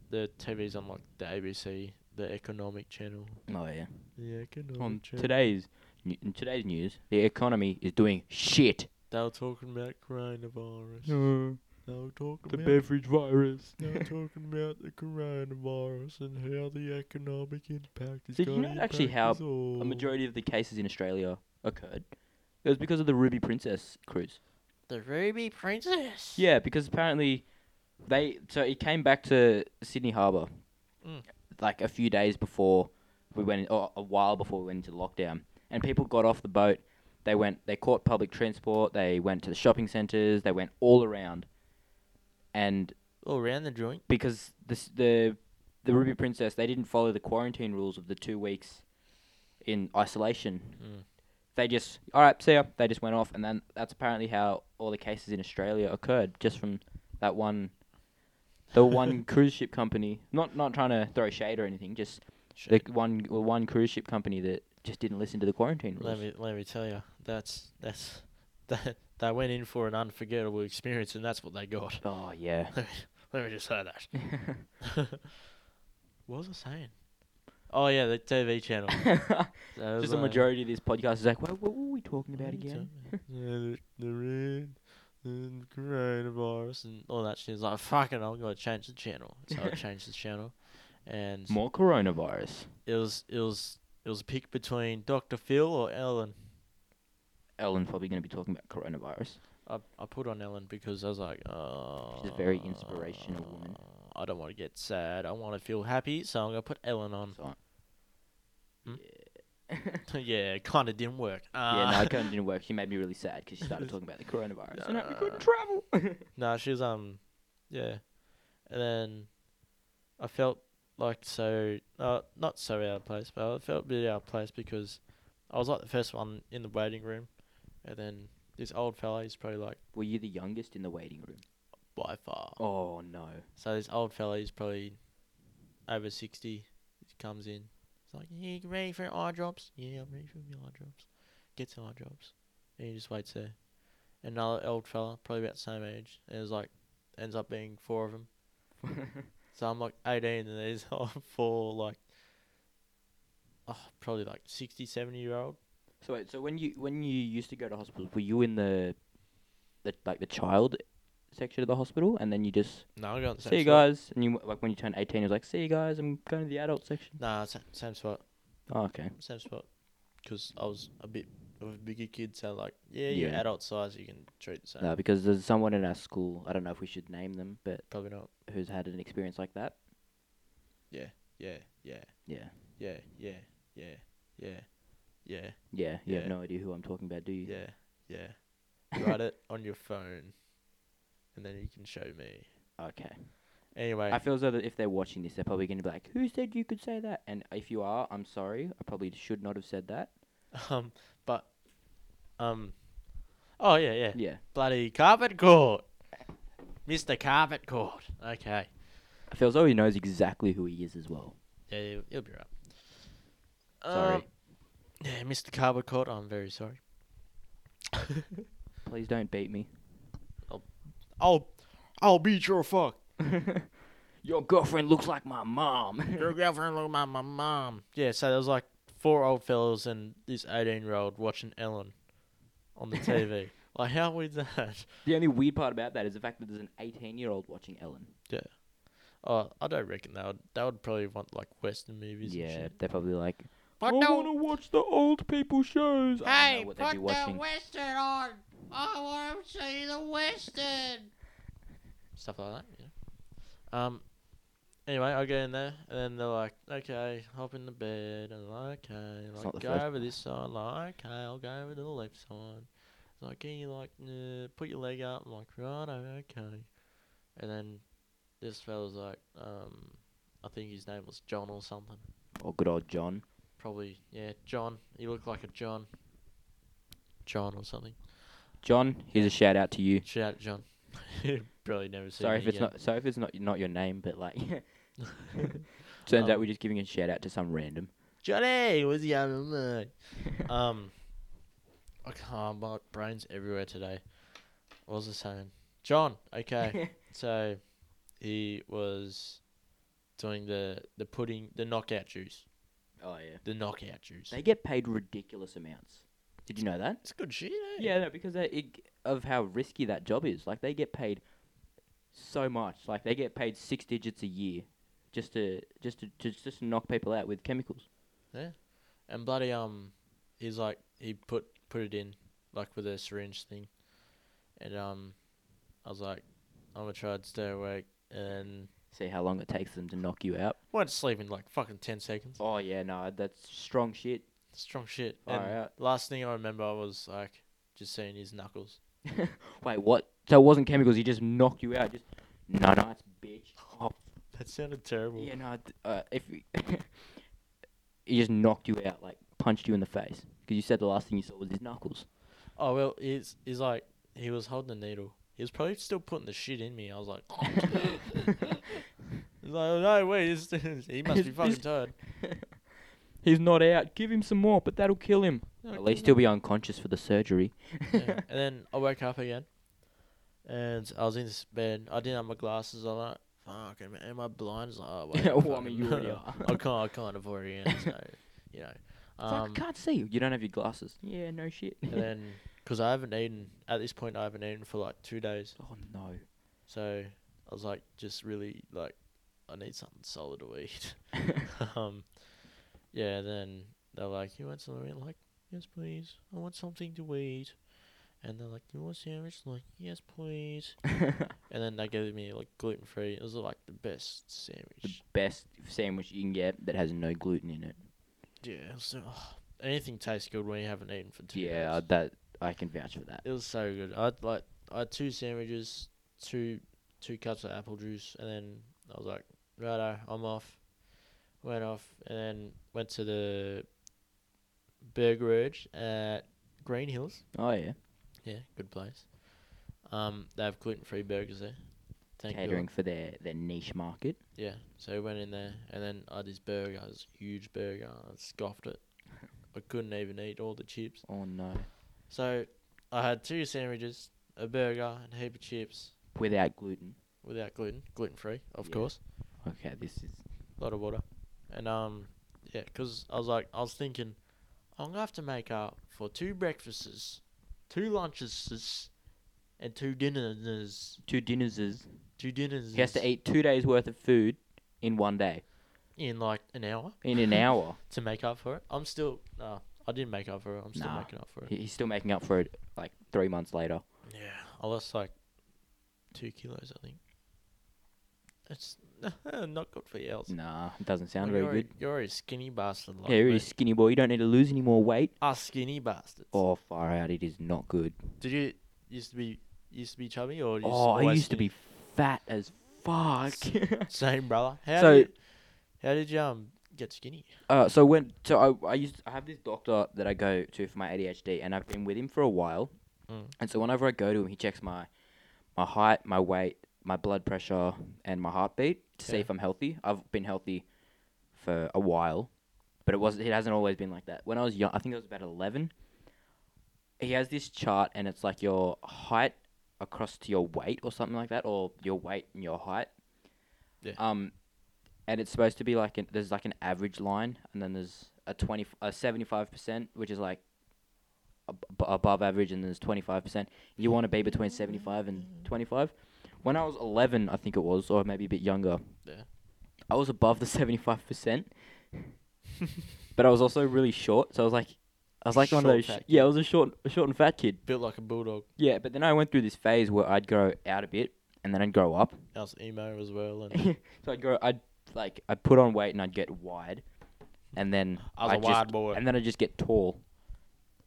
the TV's on like the ABC, the economic channel.
Oh yeah.
The economic
On
channel.
today's nu- in today's news, the economy is doing shit.
They were talking about coronavirus. They were talking about
beverage virus.
they were talking about the coronavirus and how the economic impact is
Did you
going
know actually how A majority of the cases in Australia occurred. It was because of the Ruby Princess cruise.
the Ruby Princess?
Yeah, because apparently they so it came back to Sydney Harbour
Mm.
like a few days before we went in, or a while before we went into lockdown, and people got off the boat. They went, they caught public transport. They went to the shopping centres. They went all around, and
All around Oh, the joint.
because this, the the Ruby Princess they didn't follow the quarantine rules of the two weeks in isolation.
Mm.
They just all right, see ya. They just went off, and then that's apparently how all the cases in Australia occurred, just from that one,
[LAUGHS]
the one cruise ship company. Not not trying to throw shade or anything, just the
Shit.
one the one cruise ship company that just didn't listen to the quarantine rules.
Let me let me tell you, that's that's [LAUGHS] that they went in for an unforgettable experience, and that's what they got. [LAUGHS]
Oh yeah.
Let me, let me just say that. [LAUGHS] what was I saying? Oh yeah, the
[COUGHS]
TV channel. So it was
just the
like,
majority of this podcast is like, what, what were we talking
"What
about
are you
again?
talking about? yeah, the, the red, the coronavirus, and all that shit. It's like fucking, I'm gonna change
[LAUGHS]
the channel. So I changed the channel,
[LAUGHS]
and
More coronavirus.
it was it was it was a pick between Doctor Phil or Ellen.
Ellen's probably going to be talking about coronavirus.
I, I put on Ellen because I was like, oh.
She's a very inspirational woman.
I don't want to get sad. I want to feel happy, so I'm going to put Ellen on. [LAUGHS]
So,
Hmm? [LAUGHS]
Yeah.
yeah, it kind of didn't work.
yeah, no,
Uh,
it
[LAUGHS]
kind of didn't work. She made me really sad because she started talking about the coronavirus. and I- we couldn't
Uh,
travel. [LAUGHS]
no. she was, um, yeah. And then I felt like so, uh, not so out of place, but I felt a bit out of place because I was like the first one in the waiting room. And then this old fella, he's probably like,
Were you the youngest in the waiting room?
by far.
Oh, no.
So this old fella, he's probably over sixty. He comes in. He's like, "Yeah, you ready for eye drops? Yeah, I'm ready for my eye drops." Gets the eye drops, and he just waits there. Another old fella, probably about the same age, and it's like ends up being four of them. So I'm like 18, and there's [LAUGHS] four like, oh, probably like 60, 70 year old.
so, wait, so when you when you used to go to hospitals, were you in the, the like the child section of the hospital, and then you just
No, I got the same
see you
spot.
guys, and you like when you turned eighteen, it was like see you guys, I'm going to the adult section.
Nah, sa- same spot.
Oh, okay.
same spot because I was a bit of a bigger kid, so like, yeah, you're
Yeah.
adult size, you can treat the same.
No, because there's someone in our school. I don't know if we should name them, but
Probably not.
who's had an experience like that.
Yeah, yeah,
Yeah.
yeah, yeah, yeah, yeah, yeah,
Yeah, you have
Yeah.
no idea who I'm talking about, do you?
yeah, yeah. Write it on your phone, and then you can show me.
Okay.
Anyway,
I feel as though that if they're watching this, they're probably going to be like, "Who said you could say that?" And if you are, I'm sorry. I probably should not have said that.
[LAUGHS] um, but, um, oh yeah, yeah,
Yeah.
bloody carpet court, Mister Carpet Court. Okay,
I feel as though he knows exactly who he is as well.
yeah, you'll, you'll be right.
Sorry.
Um, yeah, Mister Carpet Court. I'm very sorry.
Please don't beat me. [LAUGHS]
I'll, I'll beat your fuck.
Your girlfriend looks like my mom.
Your girlfriend look my my mom. Yeah, so there was like four old fellas and this eighteen year old watching Ellen on the [LAUGHS] TV. like how weird is that?
[LAUGHS] the only weird part about that is the fact that there's an 18 year old watching Ellen.
Oh, I don't reckon they would. They would probably want like Western movies. and shit.
they're probably like,
But no,
to watch the old people shows. I don't know what they'd be watching.
western on. I want to see the western.
stuff like that. Yeah. Um. Anyway, I go in there, and then they're like, "Okay, hop in the bed," and I'm like, "Okay,
It's not
like
the
go
first-
over this side." I'm like, "Okay, I'll go over to the left side." It's like, "Can you like uh, put your leg up?" I'm like, "Righto, okay." And then this fella's like, um, I think his name was John or something.
Oh, good old John.
Probably, yeah, John. He looked like a John. John or something.
John, here's a shout out to you.
Shout out, John. [LAUGHS] Probably never seen.
Sorry
me
if it's
again.
not. Sorry if it's not not your name, but like, [LAUGHS] turns out
Um,
we're just giving a shout out to some random.
Johnny was the other night. um, I can't. My brain's everywhere today. What was I saying? John.
[LAUGHS]
Okay, so he was doing the the pudding, the knockout juice,
oh yeah.
the knockout juice.
They get paid ridiculous amounts. Did you know that?
it's good shit. Eh?
Yeah, no, because they, it, of how risky that job is. Like they get paid so much. Like they get paid six digits a year just to just to just, just to knock people out with chemicals.
And bloody um, he's like he put put it in like with a syringe thing, and um, I was like, I'm gonna try and stay awake and
See how long it takes them to knock you out.
went to sleep in like fucking ten seconds.
Oh yeah, no, that's strong shit.
Strong shit.
Far
and
out.
last thing I remember was like just seeing his knuckles. [LAUGHS]
Wait, what? So it wasn't chemicals. He just knocked you out. Just no, no, it's bitch. Oh
That sounded terrible.
yeah, no. th- Uh, if you- [LAUGHS] he just knocked you out, like punched you in the face, because you said the last thing you saw was his knuckles.
Oh well, he's he's like he was holding the needle. He was probably still putting the shit in me. I was like, [LAUGHS] he's [LAUGHS] like oh, no wait, this, he must be
This-
fucking tired.
He's not out. Give him some more, but that'll kill him. At least he'll be unconscious for the surgery. [LAUGHS]
Yeah. And then I woke up again, and I was in this bed. I didn't have my glasses on. Like, fuck, am, am I blind? It's like, oh, wait,
Yeah, [LAUGHS] well, I mean,
fucking-
you already are.
[LAUGHS] I can't, I can't avoid it. Again, so you know,
It's like,
um,
I can't see you. You don't have your glasses. Yeah, no shit.
[LAUGHS] and then because I haven't eaten at this point, I haven't eaten for like two days.
oh no.
So I was like, just really like, I need something solid to
[LAUGHS]
eat. [LAUGHS] um, yeah. Then they're like, you want something? I'm like, yes, please. I want something to eat. And they're like, you want a sandwich? I'm like, yes,
[LAUGHS]
please. and then they gave me like gluten free. It was like the best
The
sandwich.
best sandwich you can get that has no gluten in it.
Yeah. So oh, anything tastes good when you haven't eaten for two days.
Yeah, that I can vouch for that.
It was so good. I had, like I had two sandwiches, two two cups of apple juice, and then I was like, righto, I'm off. Went off and then went to the Burger Urge at Green Hills.
Oh yeah.
Yeah, good place. Um, they have gluten free burgers there. Thank you.
catering for their, their niche market.
Yeah, so we went in there, and then I had this burger, this huge burger. I scoffed it. I couldn't even eat all the chips.
Oh no.
So I had two sandwiches, a burger, and a heap of chips
Without gluten.
without gluten, gluten free, of
Yeah.
course.
Okay, this is
A lot of water, and um, yeah, 'cause I was like, I was thinking, I'm gonna have to make up for two breakfasts, two lunches, and two dinners.
two dinners. is-
Two dinners.
He has to eat two days worth of food in one day.
in like an hour
In an [LAUGHS] hour.
to make up for it. I'm still no, I didn't make up for it. I'm still
Nah.
making up for it.
He- He's still making up for it like three months later.
Yeah, I lost like two kilos, I think. It's [LAUGHS] not good for your health.
Nah, it doesn't sound
Well,
very
you're,
good.
A, you're a skinny bastard. Like
yeah, you're
me.
a skinny boy. You don't need to lose any more weight.
Us skinny bastards.
Oh, far out. It is not good.
Did you used to be used to be chubby or? you
Oh, I
always
used to
skinny?
be fat as fuck.
[LAUGHS] Same brother. How
So-
did how did you um get skinny? [LAUGHS]
Uh, so when so I, I used I have this doctor that I go to for my ADHD, and I've been with him for a while.
Mm.
And so whenever I go to him, he checks my my height, my weight, my blood pressure, and my heartbeat to see
Yeah.
if I'm healthy. I've been healthy for a while, but it was it hasn't always been like that. When I was young, I think I was about eleven. he has this chart and it's like your height across to your weight or something like that, or your weight and your height.
Yeah.
Um, and it's supposed to be like an, there's like an average line, and then there's a twenty a seventy five percent, which is like ab- ab- above average, and there's twenty five percent. You want to be between seventy five and twenty five. When I was eleven, I think it was, or maybe a bit younger.
Yeah.
I was above the seventy five percent, but I was also really short, so I was like, I was like one
Short
of those.
fat
Yeah, I was a short, a short and fat kid.
Built like a bulldog.
Yeah, but then I went through this phase where I'd grow out a bit and then I'd grow up.
I was emo as well, and
[LAUGHS] so I'd grow, I'd like, I'd put on weight and I'd get wide, and then
I was a
I'd
wide
just,
boy.
and then I'd just get tall.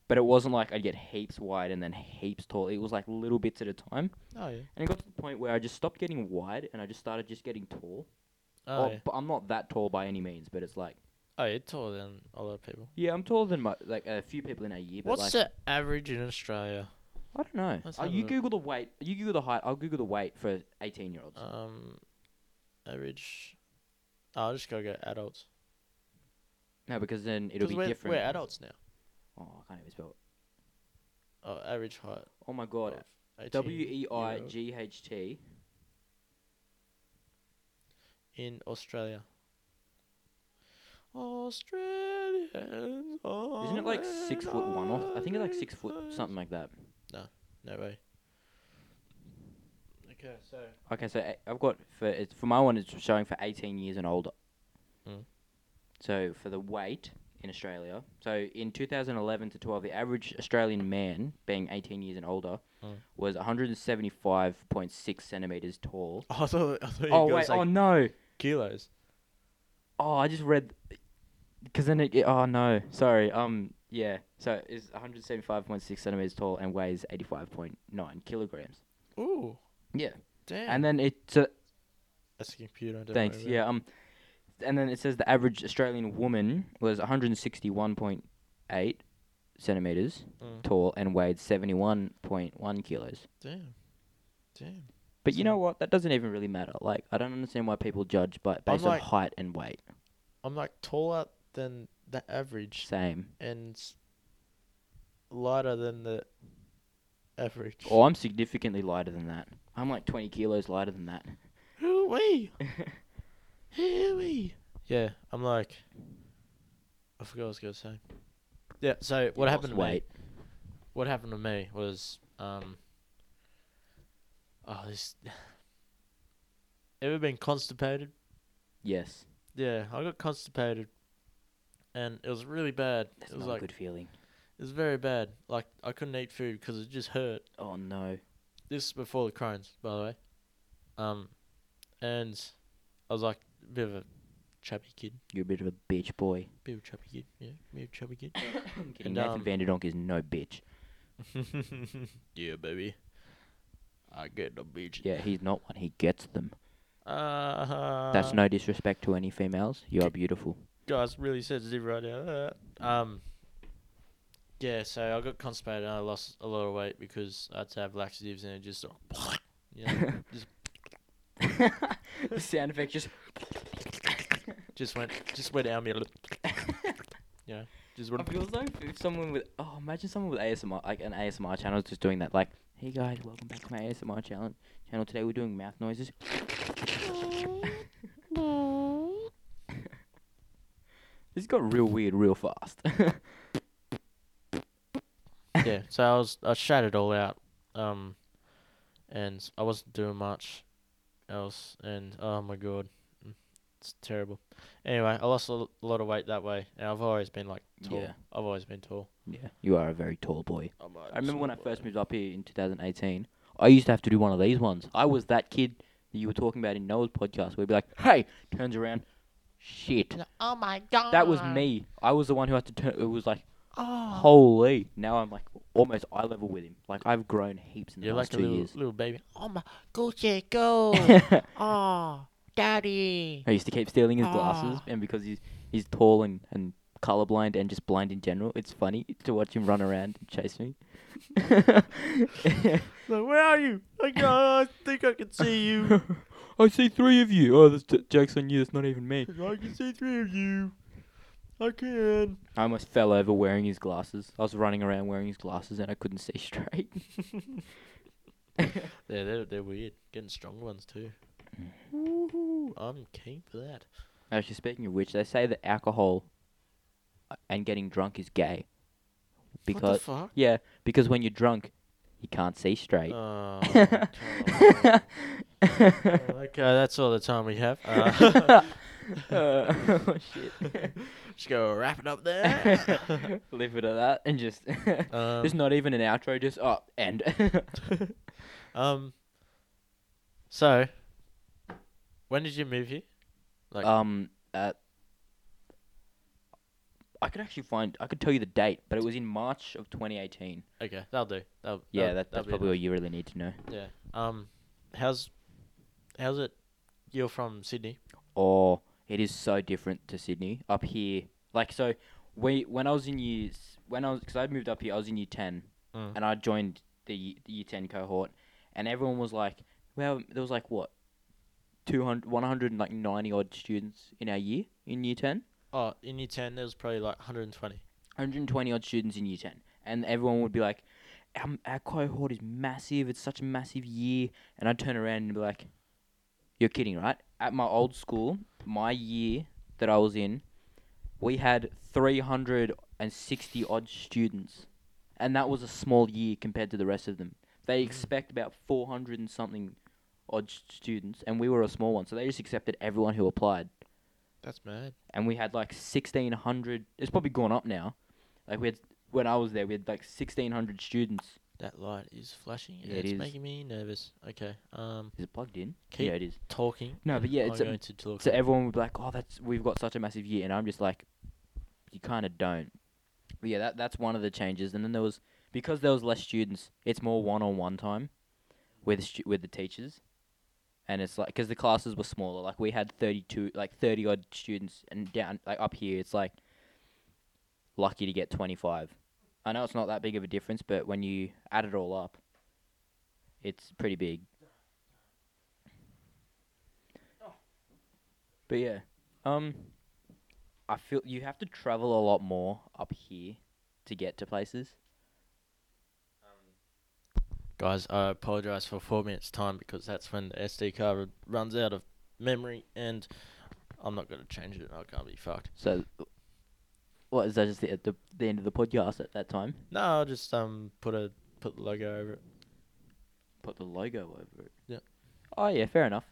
But it wasn't like I'd get heaps wide and then heaps tall. It was like little bits at a time,
oh yeah.
and it got to the point where I just stopped getting wide and I just started just getting tall.
Oh,
Well,
yeah.
but I'm not that tall by any means, but it's like,
oh, you're taller than a lot of people.
yeah, I'm taller than my, like a few people in our year. But
What's
like,
the average in Australia?
I don't know.
Let's
Uh,
have a
you
look.
Google the weight. You Google the height. I'll Google the weight for 18 year olds.
Um, average. Oh, I'll just go get adults.
no, because then it'll
'Cause
be
we're,
different.
We're adults now.
Oh, I can't even spell it.
Oh, average height.
Oh my god.
of 18
W E I
year-old
G H T.
in Australia. Australians.
Isn't it like six foot one? Or I think it's like six foot
Oh,
something like that.
No way. Okay, so
Okay, so I- I've got for it's for my one. It's showing for 18 years and older.
Mm.
So for the weight in Australia, so in 2011 to 12, the average Australian man being 18 years and older
Mm.
was 175.6 centimeters tall.
I thought, I thought you
Oh
were gonna
wait!
say
Oh no!
kilos.
Oh, I just read. Because then it. ge- Oh no! Sorry. Um. Yeah. So it's 175.6 centimeters tall and weighs 85.9 kilograms.
Ooh,
Yeah.
damn.
And then it. So,
that's a computer. don't
thanks.
worry
Yeah.
about it.
Um. And then it says the average Australian woman was 161.8 centimeters
Mm.
tall and weighed 71.1 kilos.
Damn. Damn.
But you
So-
know what? That doesn't even really matter. Like I don't understand why people judge but based
like-
on height and weight.
I'm like taller than the average
Same.
and s- lighter than the average. [GASPS]
Oh, I'm significantly lighter than that. I'm like 20 kilos lighter than that.
Who we? Who we? Yeah, I'm like, I forgot what I was gonna say. Yeah. So what
You
happened to
lost
me? What happened to me was um. Oh, this. [SIGHS] Ever been constipated?
Yes.
Yeah, I got constipated, and it was really bad.
That's
it
not
was like
a good feeling.
it was very bad. Like I couldn't eat food because it just hurt.
Oh no.
this is before the Crohn's, by the way. Um, and I was like a bit of a chubby kid,
You're a bit of a bitch boy.
bit of a chubby kid, yeah, bit of a chubby kid.
Kidding,
And,
Nathan
um,
Vanderdonk is no bitch. [LAUGHS]
yeah, baby. I get the beach.
Yeah, he's not one. He gets them.
Uh,
That's no disrespect to any females. You are beautiful.
Guys, really sensitive right now. Um. Yeah, so I got constipated and I lost a lot of weight because I had to have laxatives and it just, [LAUGHS] sort of
[LAUGHS]
you know,
[LAUGHS] the sound effect [LAUGHS] just. [LAUGHS]
just went, just went down me a little. You know, just
I
went.
feel so if someone with oh imagine someone with ASMR like an ASMR channel is just doing that like hey guys welcome back to my ASMR channel channel today we're doing mouth noises [LAUGHS] this got real weird real fast
yeah, so I was I shat it all out, um, and I wasn't doing much else, and oh my god, mm, it's terrible. Anyway, I lost a l- lot of weight that way, and I've always been like tall.
Yeah.
I've always been tall.
yeah you are a very tall boy
I'm
I remember when I first moved up here in 2018, I used to have to do one of these ones. I was that kid that you were talking about in Noah's podcast. We'd be like, hey, turns around, shit.
Oh my god.
That was me. I was the one who had to turn. It was like,
Oh.
holy. Now I'm like almost eye level with him. Like, I've grown heaps in the
You're
last
like
two
a little
years.
little baby.
Oh my. Go shit, go.
[LAUGHS] I
oh, daddy.
used to keep stealing his glasses,
Ah.
and because he's, he's tall and, and colorblind and just blind in general, it's funny to watch him run around and chase me. [LAUGHS]
Like, where are you? Like, oh, I think I can [LAUGHS] see you.
I see three of you. Oh, that's j- jokes on you. That's not even me.
I can see three of you. I can.
[LAUGHS] I almost fell over wearing his glasses. I was running around wearing his glasses and I couldn't see [LAUGHS]
[LAUGHS]
straight.
Yeah, they're they're weird. Getting strong ones too. Woohoo! I'm keen for that.
Actually, speaking of which, they say that alcohol uh, and getting drunk is gay.
what
Because
the fuck?
yeah, because when you're drunk, you can't see straight. [LAUGHS]
Oh, God. Oh, okay, that's all the time
[LAUGHS]
we have. Uh, [LAUGHS]
Uh, oh, [LAUGHS] shit.
just go wrap it up there.
[LAUGHS] Leave it at that and just.
[LAUGHS]
[LAUGHS]
um,
There's not even an outro, just oh, end. [LAUGHS]
[LAUGHS] um. So, when did you move here? Like,
um, uh, I could actually find. I could tell you the date, but it was in March of 2018.
okay, that'll do. That'll,
Yeah, that,
that'll- that'll
that's
be
probably all
enough.
you really need to know.
Yeah. Um, how's, how's it? You're from Sydney.
Oh, it is so different to Sydney up here. Like so, we when I was in years when I was because I moved up here, I was in year ten,
Mm.
and I joined the, ye- the year ten cohort, and everyone was like, well, there was like what, 200, 190 odd students in our year in year ten.
Oh, in year ten, there was probably like 120.
120 odd students in year 10 and everyone would be like our, our cohort is massive it's such a massive year and i'd turn around and be like you're kidding right at my old school my year that i was in we had 360 odd students and that was a small year compared to the rest of them they expect about 400 and something odd s- students and we were a small one so they just accepted everyone who applied
That's mad.
and we had like 1600 it's probably gone up now like we had when i was there we had like 1600 students
That light is flashing. and
Yeah, it
it's
is.
making me nervous. Okay. Um,
is it plugged in
Keep-
yeah it is
talking.
no but yeah
I'm
it's a,
going to look.
so everyone would be like oh that's we've got such a massive year and i'm just like you kind of don't but yeah that, that's one of the changes and then there was because there was less students it's more one-on-one time with stu- with the teachers and it's like because the classes were smaller like we had 32 like 30 odd students and down like up here it's like lucky to get 25 i know it's not that big of a difference but when you add it all up it's pretty big but yeah um i feel you have to travel a lot more up here to get to places
Guys, I apologize for four minutes time because that's when the SD card r- runs out of memory, and I'm not going to change it. I can't be fucked.
so what is that just the, at the, the end of the podcast at that time
No, I'll just um put a put the logo over it
put the logo over it
Yeah.
oh yeah fair enough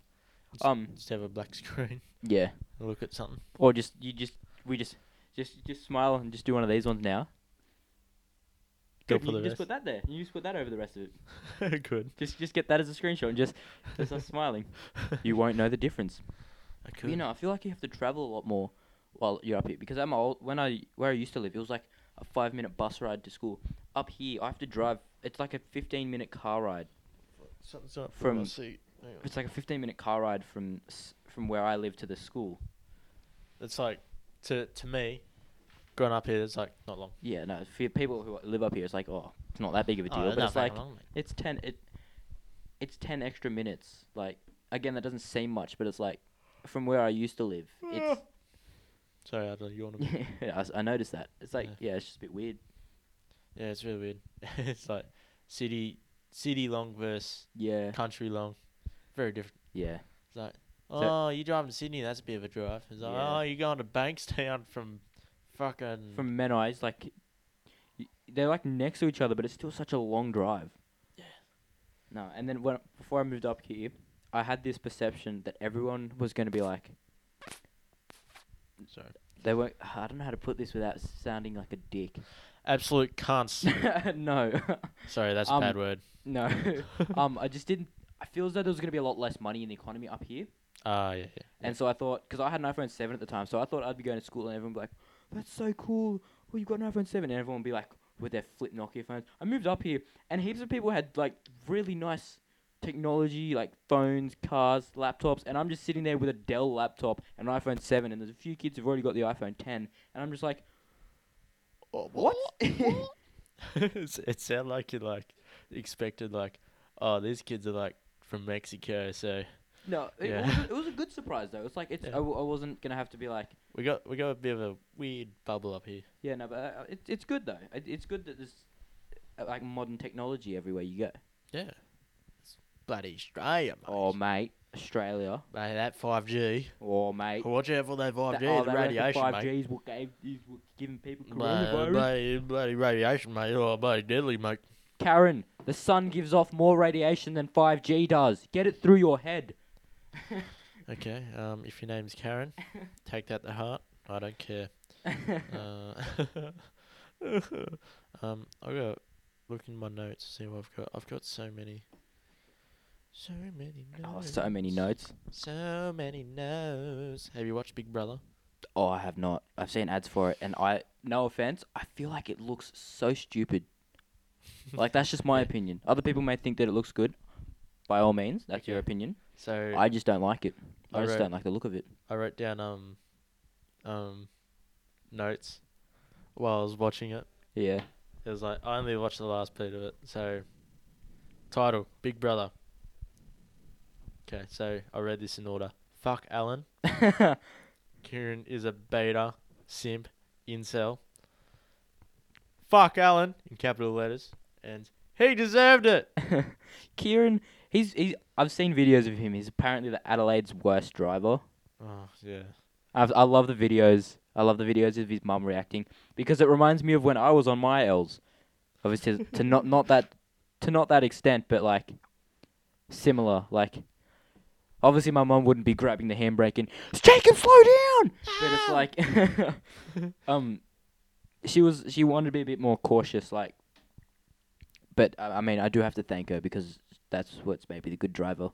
It's-
um
just have a black [LAUGHS] screen
yeah
and look at something.
Or just you just we just just just smile and just do one of these ones now.
Go
Good,
for
you
the
can just put that there. You just put that over the rest of it.
rest. Good.
Just just get that as a screenshot and just just us
[LAUGHS]
smiling. You won't know the difference.
I
But,
could.
You know, I feel like you have to travel a lot more while you're up here because I'm old. When I where I used to live, it was like a five minute bus ride to school. Up here, I have to drive. It's like a fifteen minute car ride.
something's not
from-
from my seat. Hang on.
It's like a fifteen minute car ride from s- from where I live to the school.
It's like to to me, growing up here, it's like not long.
Yeah, no, for people who live up here, it's like oh, it's not that big of a deal.
Oh,
but
no,
it's
hang
like
on, mate.
It's ten. It, it's ten extra minutes. Like again, that doesn't seem much, but it's like from where I used to live. [LAUGHS] It's
sorry, I don't yawn. a bit.
yeah, I, s- I noticed that. It's like
Yeah.
yeah. it's just a bit weird.
Yeah, it's really weird. [LAUGHS] it's like city city long versus
Yeah,
country long, very different.
yeah,
It's like,
So-
oh, you driving to Sydney? That's a bit of a drive. It's like,
Yeah.
oh, you going to Bankstown from fucking.
from Menai's like y- they're like next to each other, but it's still such a long drive. Yeah. No, and then when before I moved up here, I had this perception that everyone was going to be like
Sorry.
they were. "Ah, I don't know how to put this without sounding like a dick. [LAUGHS]
Absolute cunts.
no, [LAUGHS]
Sorry, that's
Um,
a bad word.
no. um, I just didn't. I feel as though there was going to be a lot less money in the economy up here.
Ah, yeah, yeah.
And so I thought, because I had an iPhone 7 at the time, so I thought I'd be going to school and everyone would be like, that's so cool. Well, you got an iPhone 7. And everyone would be like, with their flip Nokia phones. I moved up here, and heaps of people had like really nice technology, like phones, cars, laptops. And I'm just sitting there with a Dell laptop and an iPhone 7. And there's a few kids who've already got the iPhone 10. And I'm just like, what?
Oh, [LAUGHS] It's- [LAUGHS] it sounded like you like expected like, oh, these kids are like from Mexico, so
[LAUGHS] No, it,
Yeah.
was, a, it was a good surprise though. It's like it's I
Yeah.
I, w- I wasn't gonna have to be like
We got we got a bit of a weird bubble up here.
yeah no, but uh, it, it's good though. It, it's good that there's uh, like modern technology everywhere you go.
Yeah. It's bloody Australia, mate.
Oh mate, Australia.
Mate, that 5G.
Oh mate.
Watch out for that 5G,
That- oh,
the
they reckon
radiation,
5G
mate.
is what gave is what giving people
Bloody,
coronavirus.
bloody, bloody radiation, mate. Oh, bloody deadly, mate.
Karen, the sun gives off more radiation than 5G does. Get it through your head.
Okay, um, if your name's Karen, take that to heart. I don't care. Uh, [LAUGHS] um, I got look in my notes see what I've got. I've got so many, so many
oh,
notes.
so many notes.
So many notes. Have you watched Big Brother?
Oh, I have not. I've seen ads for it, and I, no offense, I feel like it looks so stupid. like that's just my opinion. Other people may think that it looks good. By all means, that's your
Okay.
opinion.
So
I just don't like it. I,
I
just
wrote-
don't like the look of it.
I wrote down um, um, notes while I was watching it.
Yeah. [LAUGHS]
It was like I only watched the last bit of it. So, title: Big Brother. Okay, so I read this in order. Fuck Alan. Kieran is a beta, simp, incel. Fuck Alan in capital letters, and he deserved it.
[LAUGHS] Kieran, he's, he's I've seen videos of him. He's apparently the Adelaide's worst driver.
[LAUGHS] Oh yeah.
I've, I love the videos. I love the videos of his mum reacting because it reminds me of when I was on my L's. Obviously, to not not that to not that extent, but like similar. Like obviously, my mum wouldn't be grabbing the handbrake and Jacob, slow down. But it's like, [LAUGHS] um, she was she wanted to be a bit more cautious. Like, but I, I mean, I do have to thank her because that's what's made me the good driver,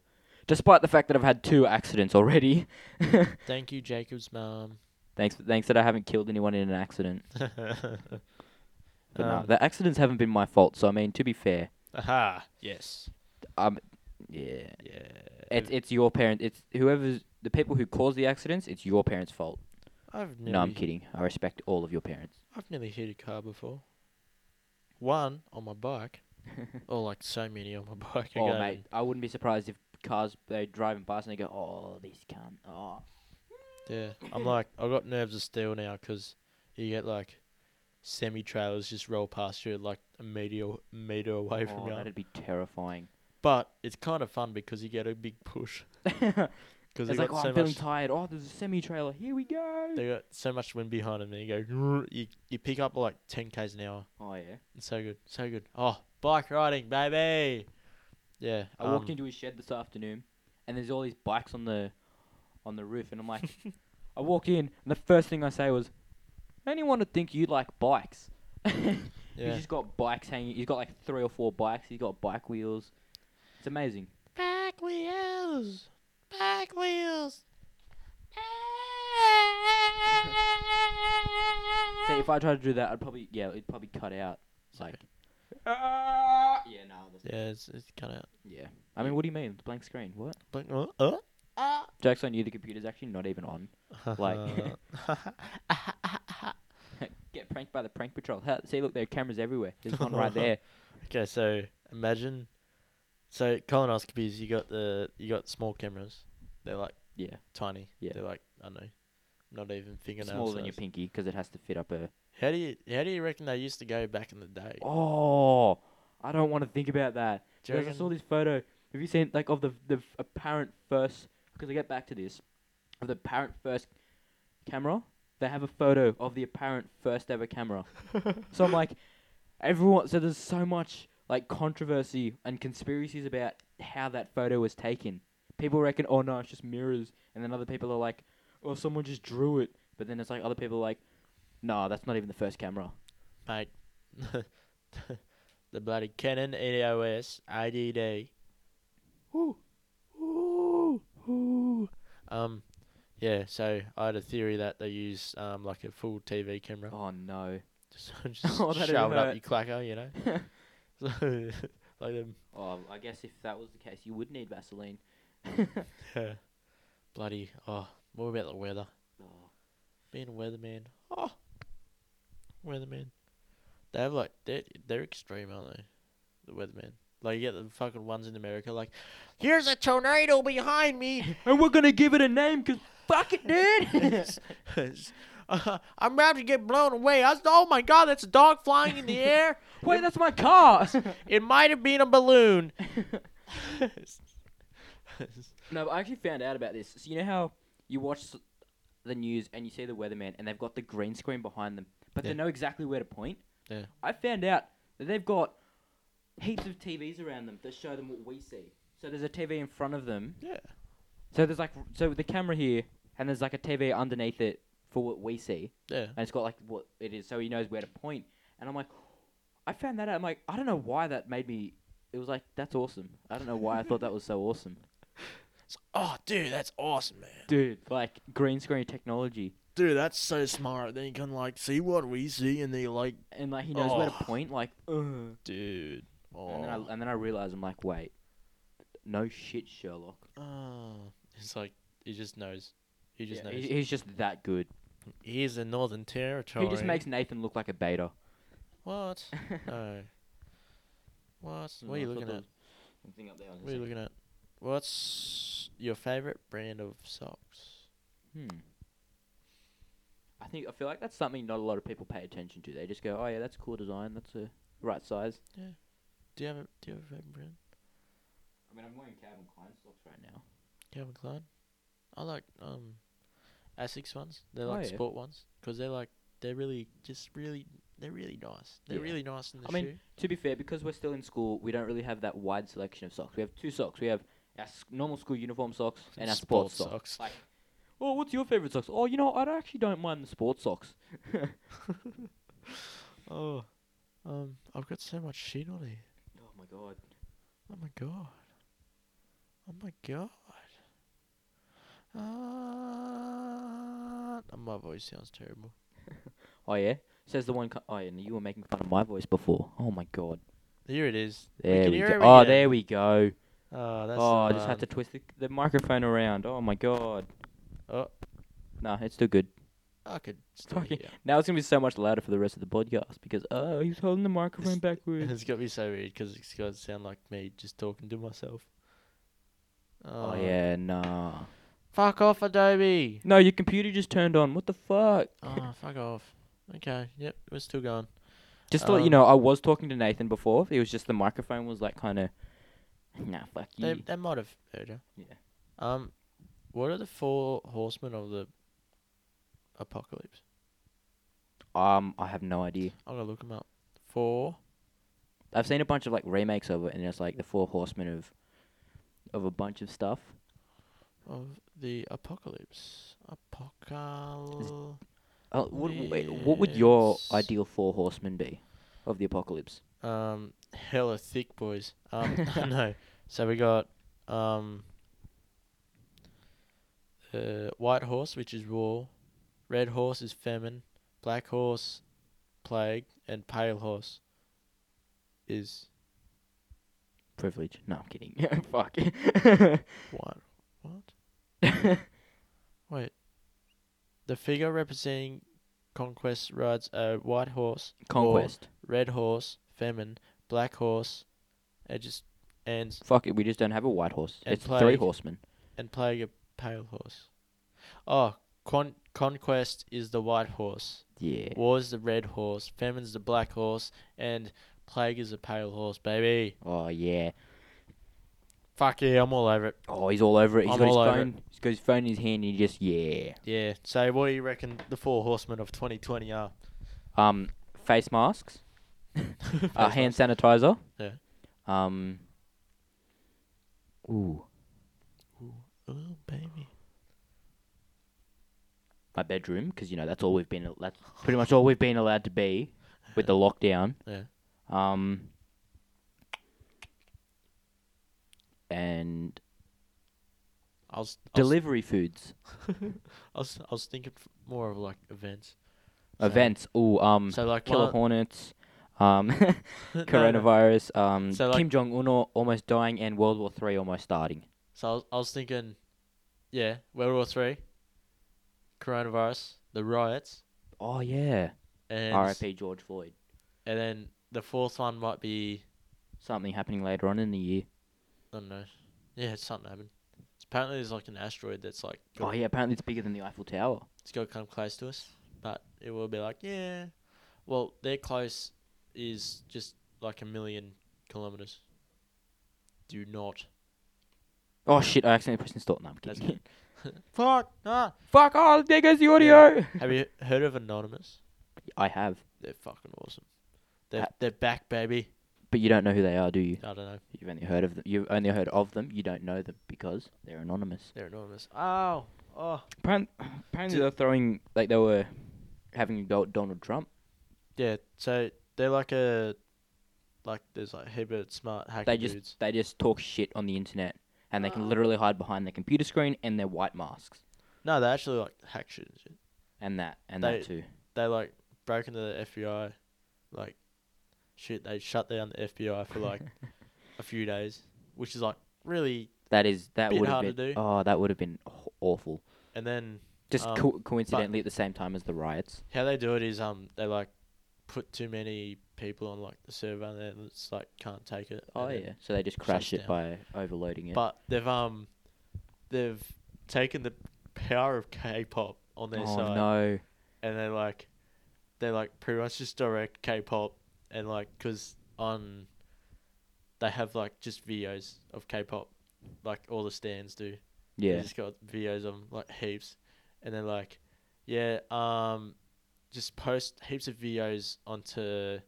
despite the fact that I've had two accidents already. [LAUGHS]
Thank you, Jacob's [LAUGHS] mom.
Thanks, thanks that I haven't killed anyone in an accident.
but
But
Um,
no, the accidents haven't been my fault. So I mean, to be fair,
Aha. Yes.
um, yeah,
Yeah.
it's it's your parent. It's whoever's the people who caused the accidents. It's your parents' fault.
I've nearly,
No, I'm kidding. I respect all of your parents.
I've nearly hit a car before. One on
[LAUGHS]
my bike. or like so many on my [LAUGHS] bike. I
oh
go,
mate, I wouldn't be surprised if cars they're driving past and they go, "Oh, these can't." Oh,
Yeah. I'm like, I've got nerves of steel now 'cause you get like semi trailers just roll past you like a meter, meter away from
oh,
you.
that'd be terrifying.
But it's kind of fun because you get a big
[LAUGHS]
push. [LAUGHS]
it's
Because they
like,
got
oh,
so
I'm feeling
much.
tired. Oh, there's a semi trailer. Here we go.
They got so much wind behind them. They go, "Grrr," you, you pick up like 10 k's an hour.
Oh yeah.
It's so good, so good. Oh, bike riding, baby. Yeah,
I walked
um,
into his shed this afternoon, and there's all these bikes on the on the roof, and I'm
[LAUGHS]
like, I walked in, and the first thing I say was, "Anyone would think you like bikes." [LAUGHS] He's
Yeah,
just got bikes hanging. He's got like three or four bikes. He's got bike wheels. It's amazing.
Back wheels. Back wheels.
So if I tried to do that, I'd probably yeah, it'd probably cut out. It's
[LAUGHS]
like,
Ah!
yeah, no, that's-
yeah, it's, it's kind of.
yeah. I mean, what do you mean? It's a blank screen. What?
Like, uh, uh?
Jackson I knew the computer's actually not even on. Like- [LAUGHS] Get pranked by the prank patrol. Ha, See, look, there are cameras everywhere. There's one right there.
okay, so imagine, so colonoscopies. You got the you got small cameras. They're like
Yeah,
tiny.
Yeah.
They're like I don't know, not even fingernails.
smaller than your pinky because it has to fit up a
How do you how do you reckon they used to go back in the day?
Oh, I don't want to think about that.
Do
Because
you
I
reckon-
saw this photo. Have you seen like of the the f- apparent first? Because I get back to this, of the apparent first camera. They have a photo of the apparent first ever camera. so I'm like, everyone. So there's so much like controversy and conspiracies about how that photo was taken. People reckon, oh no, it's just mirrors, and then other people are like, oh, someone just drew it. But then it's like other people are like, no, that's not even the first camera.
mate. [LAUGHS] the bloody Canon E EOS ADD. Woo. Woo. Woo. Um, yeah. So I had a theory that they use um like a full TV camera,
Oh no.
[LAUGHS]
[LAUGHS]
just, just
Oh, that'd
shove it up
hurt.
your clacker, you know.
[LAUGHS]
So, [LAUGHS] like um,
Oh, I guess if that was the case, you would need Vaseline.
yeah. bloody. Oh, what about the weather?
Oh.
Being a weatherman. Oh, weatherman. They have like they they're extreme, aren't they? The weatherman. Like you get the fucking ones in America, like, here's a tornado
[LAUGHS]
behind me. [LAUGHS]
And we're gonna give it a name because fuck it, dude.
[LAUGHS] It's- it's, uh, I'm about to get blown away. I was, oh my god, that's a dog flying
[LAUGHS]
in the air.
Wait, that's my car.
It might have been a balloon.
no, but I actually found out about this. So you know how you watch s- the news and you see the weatherman and they've got the green screen behind them, but
Yeah.
they know exactly where to point.
Yeah.
I found out that they've got heaps of TVs around them that show them what we see. So there's a TV in front of them.
Yeah.
So there's like so with the camera here and there's like a TV underneath it for what we see
yeah.
and it's got like what it is, so he knows where to point. And I'm like, I found that out. I'm like, I don't know why that made me. It was like that's awesome. I don't know why I thought that was so awesome,
It's- oh, dude, that's awesome, man.
dude. Like green screen technology,
[LAUGHS] Dude, that's so smart. Then you can like see what we see, and they like,
and like he knows where to
Oh.
point. Like, "Ugh."
dude.
and
Oh.
then I and then I realized I'm like, wait, no shit, Sherlock.
Oh. It's like he just knows. He just
Yeah,
knows.
he- he's just that good.
He is in Northern Territory.
He just makes Nathan look like a
[LAUGHS]
beta. [LAUGHS]
what? No. What? What are you looking at?
Thing up there
What are you looking at? What's your favorite brand of socks?
Hmm. I think I feel like that's something not a lot of people pay attention to. They just go, "Oh yeah, that's cool design. That's a right size."
Do you have a Do you have a favorite brand?
I mean, I'm wearing Calvin Klein socks right now.
Calvin Klein. I like um, Asics ones. They're
Oh,
like
yeah.
sport ones because they're like they're really just really they're really nice. They're
Yeah.
really nice in the
I mean,
shoe.
To be fair, because we're still in school, we don't really have that wide selection of socks. We have two socks. We have our s- normal school uniform socks and our sports, socks. Like, oh, what's your favorite socks? Oh, you know, I don't- actually don't mind the sports socks.
Oh, um, I've got so much shit on here.
Oh my god.
Oh my god. Oh my god. Ah, Uh, my voice sounds terrible.
Oh yeah, says the one. Co- oh, and you were making fun of my voice before. Oh my god.
Here it is.
There
can
we,
hear
go.
him
Oh,
again.
there we go.
Oh, that's.
oh, I
the
just had to
one.
twist the, the microphone around. Oh my god.
Oh.
Nah, it's still good.
I could. Still
Fucking-
hear.
Now it's gonna be so much louder for the rest of the podcast because oh, he's holding the
[LAUGHS]
microphone backwards.
It's gonna be so weird because it's gonna sound like me just talking to myself.
Oh yeah, nah.
Fuck off, Adobe.
No, your computer just turned on. What the fuck?
oh, fuck off. Okay. Yep, we're still going.
[LAUGHS] Just to let you
Um,
know, I was talking to Nathan before. It was just the microphone was like kind of. Nah, fuck you.
They they might have heard her.
Yeah.
Um, what are the four horsemen of the apocalypse?
Um, I have no idea.
I'm gonna look them up. Four.
I've seen a bunch of like remakes of it, and it's like the Four Horsemen of, of a bunch of stuff.
of the apocalypse. Apocal.
Uh, what, wait, what would your
Yes.
ideal Four Horsemen be, of the apocalypse?
Um, hella thick boys. Um, [LAUGHS] no. So we got um. Uh, white horse, which is war. Red horse is famine. Black horse, plague, and pale horse. Is
Privilege? No, I'm kidding. [LAUGHS]
[LAUGHS]
fuck.
what? What? Wait. The figure representing conquest rides a white horse,
Conquest.
red horse, famine, black horse, it just ends
Fuck it. We just don't have a white horse.
And
it's three
plague.
horsemen.
and playing a pale horse. Oh, con- conquest is the white horse,
Yeah.
war is the red horse, famine's the black horse, and plague is a pale horse, baby.
Oh yeah.
Fuck yeah, I'm all over it.
Oh, he's all over it. He's
I'm
got his
all over
phone. He's got his phone in his hand, and he just yeah.
Yeah. So, what do you reckon the four horsemen of 2020 [LAUGHS] are?
Um, face masks. uh,
Face
hand sanitizer.
Yeah.
Um. Ooh,
Oh, baby.
my bedroom, because you know that's all we've been. That's pretty much all we've been allowed to be with the lockdown.
Yeah.
Um. And
I was, I was,
delivery foods,
[LAUGHS] I was, I was thinking f- more of like events. So-
events. Ooh, um,
So, like,
killer
one-
hornets. Um, [LAUGHS]
[LAUGHS] No, no.
coronavirus. Um,
So, like-
Kim Jong Un almost dying, and World War Three almost starting.
So I was, I was thinking, yeah, World War Three, coronavirus, the riots,
Oh yeah.
and
R.I.P. George Floyd.
and then the fourth one might be
something happening later on in the year.
I don't know. Yeah, it's something happened. Apparently, there's like an asteroid that's like.
Oh
got-
yeah, apparently it's bigger than the Eiffel Tower.
It's got to come close to us, but it will be like, yeah. Well, their close is just like a million kilometers. Do not.
Oh shit! I accidentally pressed install. No, I'm
That's
kidding.
Fuck! Ah.
Fuck! Oh, there goes the audio. [LAUGHS]
Have you [LAUGHS] heard of Anonymous?
I have,
They're fucking awesome. They're,
Ha-
they're back, baby.
but you don't know who they are, do you?
I don't know.
You've only heard of them. You've only heard of them. You don't know them because they're anonymous.
They're anonymous. Oh, oh.
Apparently, apparently they're throwing like they were having Do- Donald Trump.
Yeah. So they're like a, like there's like Hibbert smart hacker
They just
dudes.
they just talk shit on the internet, and they
Ah.
can literally hide behind their computer screen and their white masks
No, they actually like hack shit. and shit.
and that and
They-
that too.
They like broke into the FBI, like, shit. They shut down the FBI
[LAUGHS]
for like a few days, which is like really.
That is that
Bit
would have
hard to
been
do.
oh that would have been h- awful.
And then
Just
Um,
co- coincidentally at the same time as the riots.
how they do it is um they like put too many people on like the server and then it's like can't take it.
Oh
and then-
yeah, so they just crash it by overloading it.
But they've um they've taken the power of K-pop on their
oh
side.
no,
and they like they like pretty much just direct K-pop and like because on they have like just videos of K-pop, like all the stands do. They
yeah,
just got videos of 'em, like heaps, and then like yeah, um, just post heaps of videos onto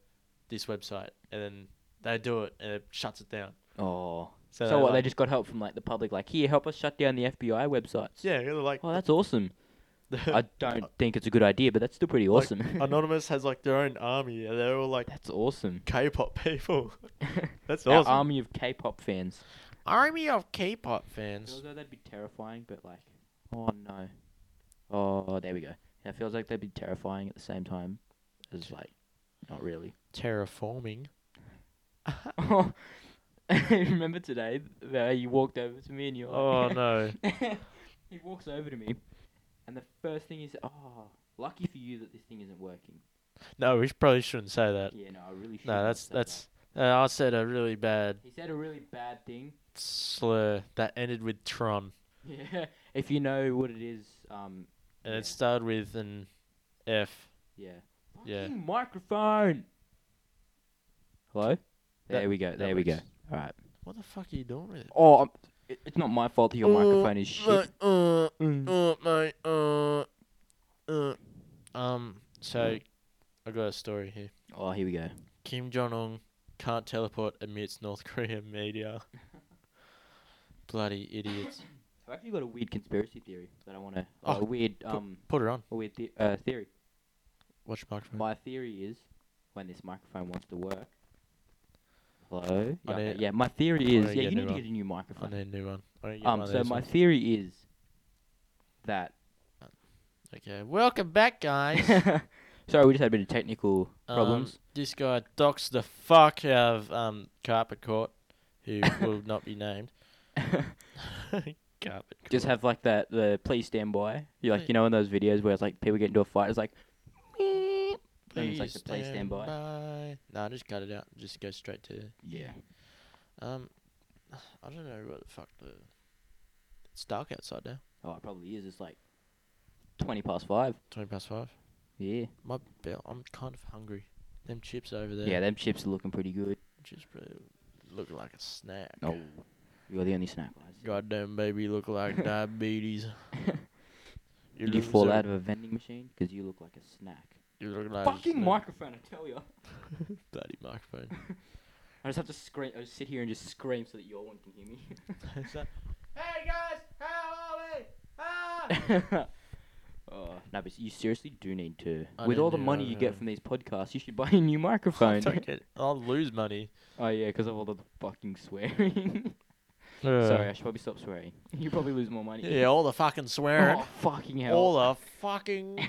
this website, and then they do it and it shuts it down.
oh. So,
they're
what?
like,
they just got help from like the public. Like here, help us shut down the FBI websites.
yeah, they're like
Oh, that's awesome.
[LAUGHS] the-
I don't think it's a good idea, but that's still pretty
Like,
awesome.
Anonymous has like their own army, and they're all
[LAUGHS]
like
that's awesome.
K-pop people. [LAUGHS] That's
Our
awesome.
army of K-pop fans.
Army of K-pop fans.
Although that'd be terrifying, but like, oh no. Oh, there we go. It feels like that'd be terrifying at the same time as like, not really. [LAUGHS]
Terraforming.
Remember today that you walked over to me and you're [LAUGHS]
Oh
like,
no.
he walks over to me, and the first thing is, oh, lucky for you that this thing isn't working.
No, we probably shouldn't say that.
Yeah, no, I really. shouldn't
No,
have
that's
said that.
that's uh, I said a really bad
He said a really bad thing. [LAUGHS]
slur that ended with Tron
Yeah. If you know what it is, um,
and
Yeah.
it started with an F.
yeah.
Yeah.
Fucking microphone. Hello. There
That-
we go.
that
There we go.
works.
All right.
What the fuck are you doing with it?
Oh, I'm, it, it's not my fault that your microphone is shit.
uh,
Mm.
uh, mate, uh, uh. Um, so
Mm.
I got a story here.
Oh, here we go.
Kim Jong Un can't teleport amidst North [LAUGHS] Korean media.
[LAUGHS]
Bloody idiots!
I've actually got a weird conspiracy theory that I want to.
Oh,
a weird um,
Put it on.
a weird the- uh, theory.
Watch your microphone.
My theory is, when this microphone wants to work. Hello.
I
Yeah, okay,
need-
yeah, my theory
I
is,
need to
yeah,
get
you
a
need
new
to
one.
get a new
I
microphone.
need a new one. I need to get one
Um,
of
so
those
my
ones.
theory is that.
Okay, welcome back, guys.
[LAUGHS] Sorry, we just had a bit of technical
Um,
problems.
this guy docks the fuck out of um, Carpet Court, who
[LAUGHS]
will not be named. [LAUGHS] Carpet Court.
just have like that the please stand by. You like you know in those videos where it's like people get into a fight, it's like and it's like the please stand by.
by. No, just cut it out. Just go straight to.
Yeah.
Um, I don't know what the fuck the. It's dark outside now.
Oh, it probably is. It's like twenty past five.
Twenty past five.
Yeah.
My bell. I'm kind of hungry. Them chips over there.
Yeah, them chips are looking pretty good.
Chips probably look like a snack.
No. You're the only snack guys.
Goddamn baby, look
[LAUGHS]
like diabetes. you
Did you fall out of a vending machine? Because you look like a snack.
You look like a
Fucking
snack.
microphone, I tell you.
bloody microphone.
[LAUGHS] I just have to scream. I just sit here and just scream so that your one can hear me.
Hey guys, how are we? Ah!
[LAUGHS] Oh, no, but you seriously do need to.
I
With
do
all the
need-
money
I
you
know.
get from these podcasts, you should buy a new [LAUGHS] microphone.
Don't get- I'll lose
[LAUGHS]
money.
oh yeah, because of all the fucking swearing. Sorry, I should probably stop swearing. [LAUGHS] You probably lose more money.
Uh, Yeah, all the fucking swearing.
Oh fucking hell!
all the
[LAUGHS]
fucking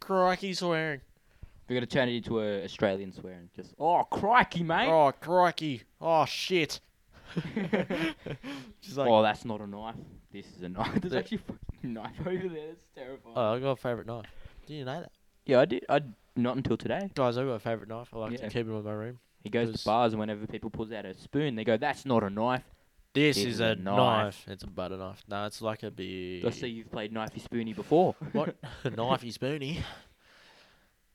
crikey swearing.
We're gonna turn it into a Australian swearing. Just oh crikey, mate! Oh,
Oh crikey.
[LAUGHS]
Oh shit. Just like, oh,
that's not a knife. This is a knife. [LAUGHS] There's
The-
actually a fucking knife over there. That's terrifying.
oh, I got a favorite knife. Do you know that,
yeah, I did. I not until today.
guys? I got a favorite knife. I like
Yeah.
to keep it in my room.
He goes
Does-
to bars and whenever people pulls out a spoon, they go, "That's not a knife."
This is a knife. It's a butter knife. No, it's like a big.
I see you've played knifey spoony before.
[LAUGHS] What? a knifey spoony.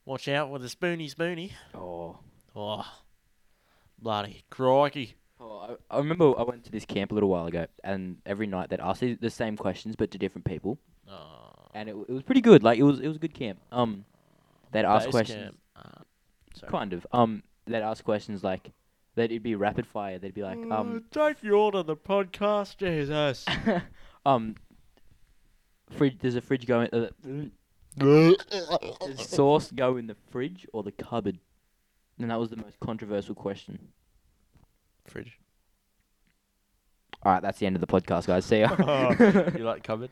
Watch out with a spoony spoony.
[LAUGHS] Oh.
Oh, bloody crikey!
Oh, I, I remember I went to this camp a little while ago, and every night they'd ask the the same questions but to different people,
Oh,
and it, w- it was pretty good. Like it was it was a good camp. Um, they'd ask
base
questions.
camp. Uh, sorry.
Kind of. Um, they'd ask questions like that. It'd be rapid fire. They'd be like, um,
take Mm, you on to the podcast, [LAUGHS] Jesus.
um, fridge. There's a fridge going. Uh, does sauce go in the fridge or the cupboard? And that was the most controversial question.
Fridge.
All right, that's the end of the podcast, guys. See
[LAUGHS]
ya. [LAUGHS]
you like cupboard?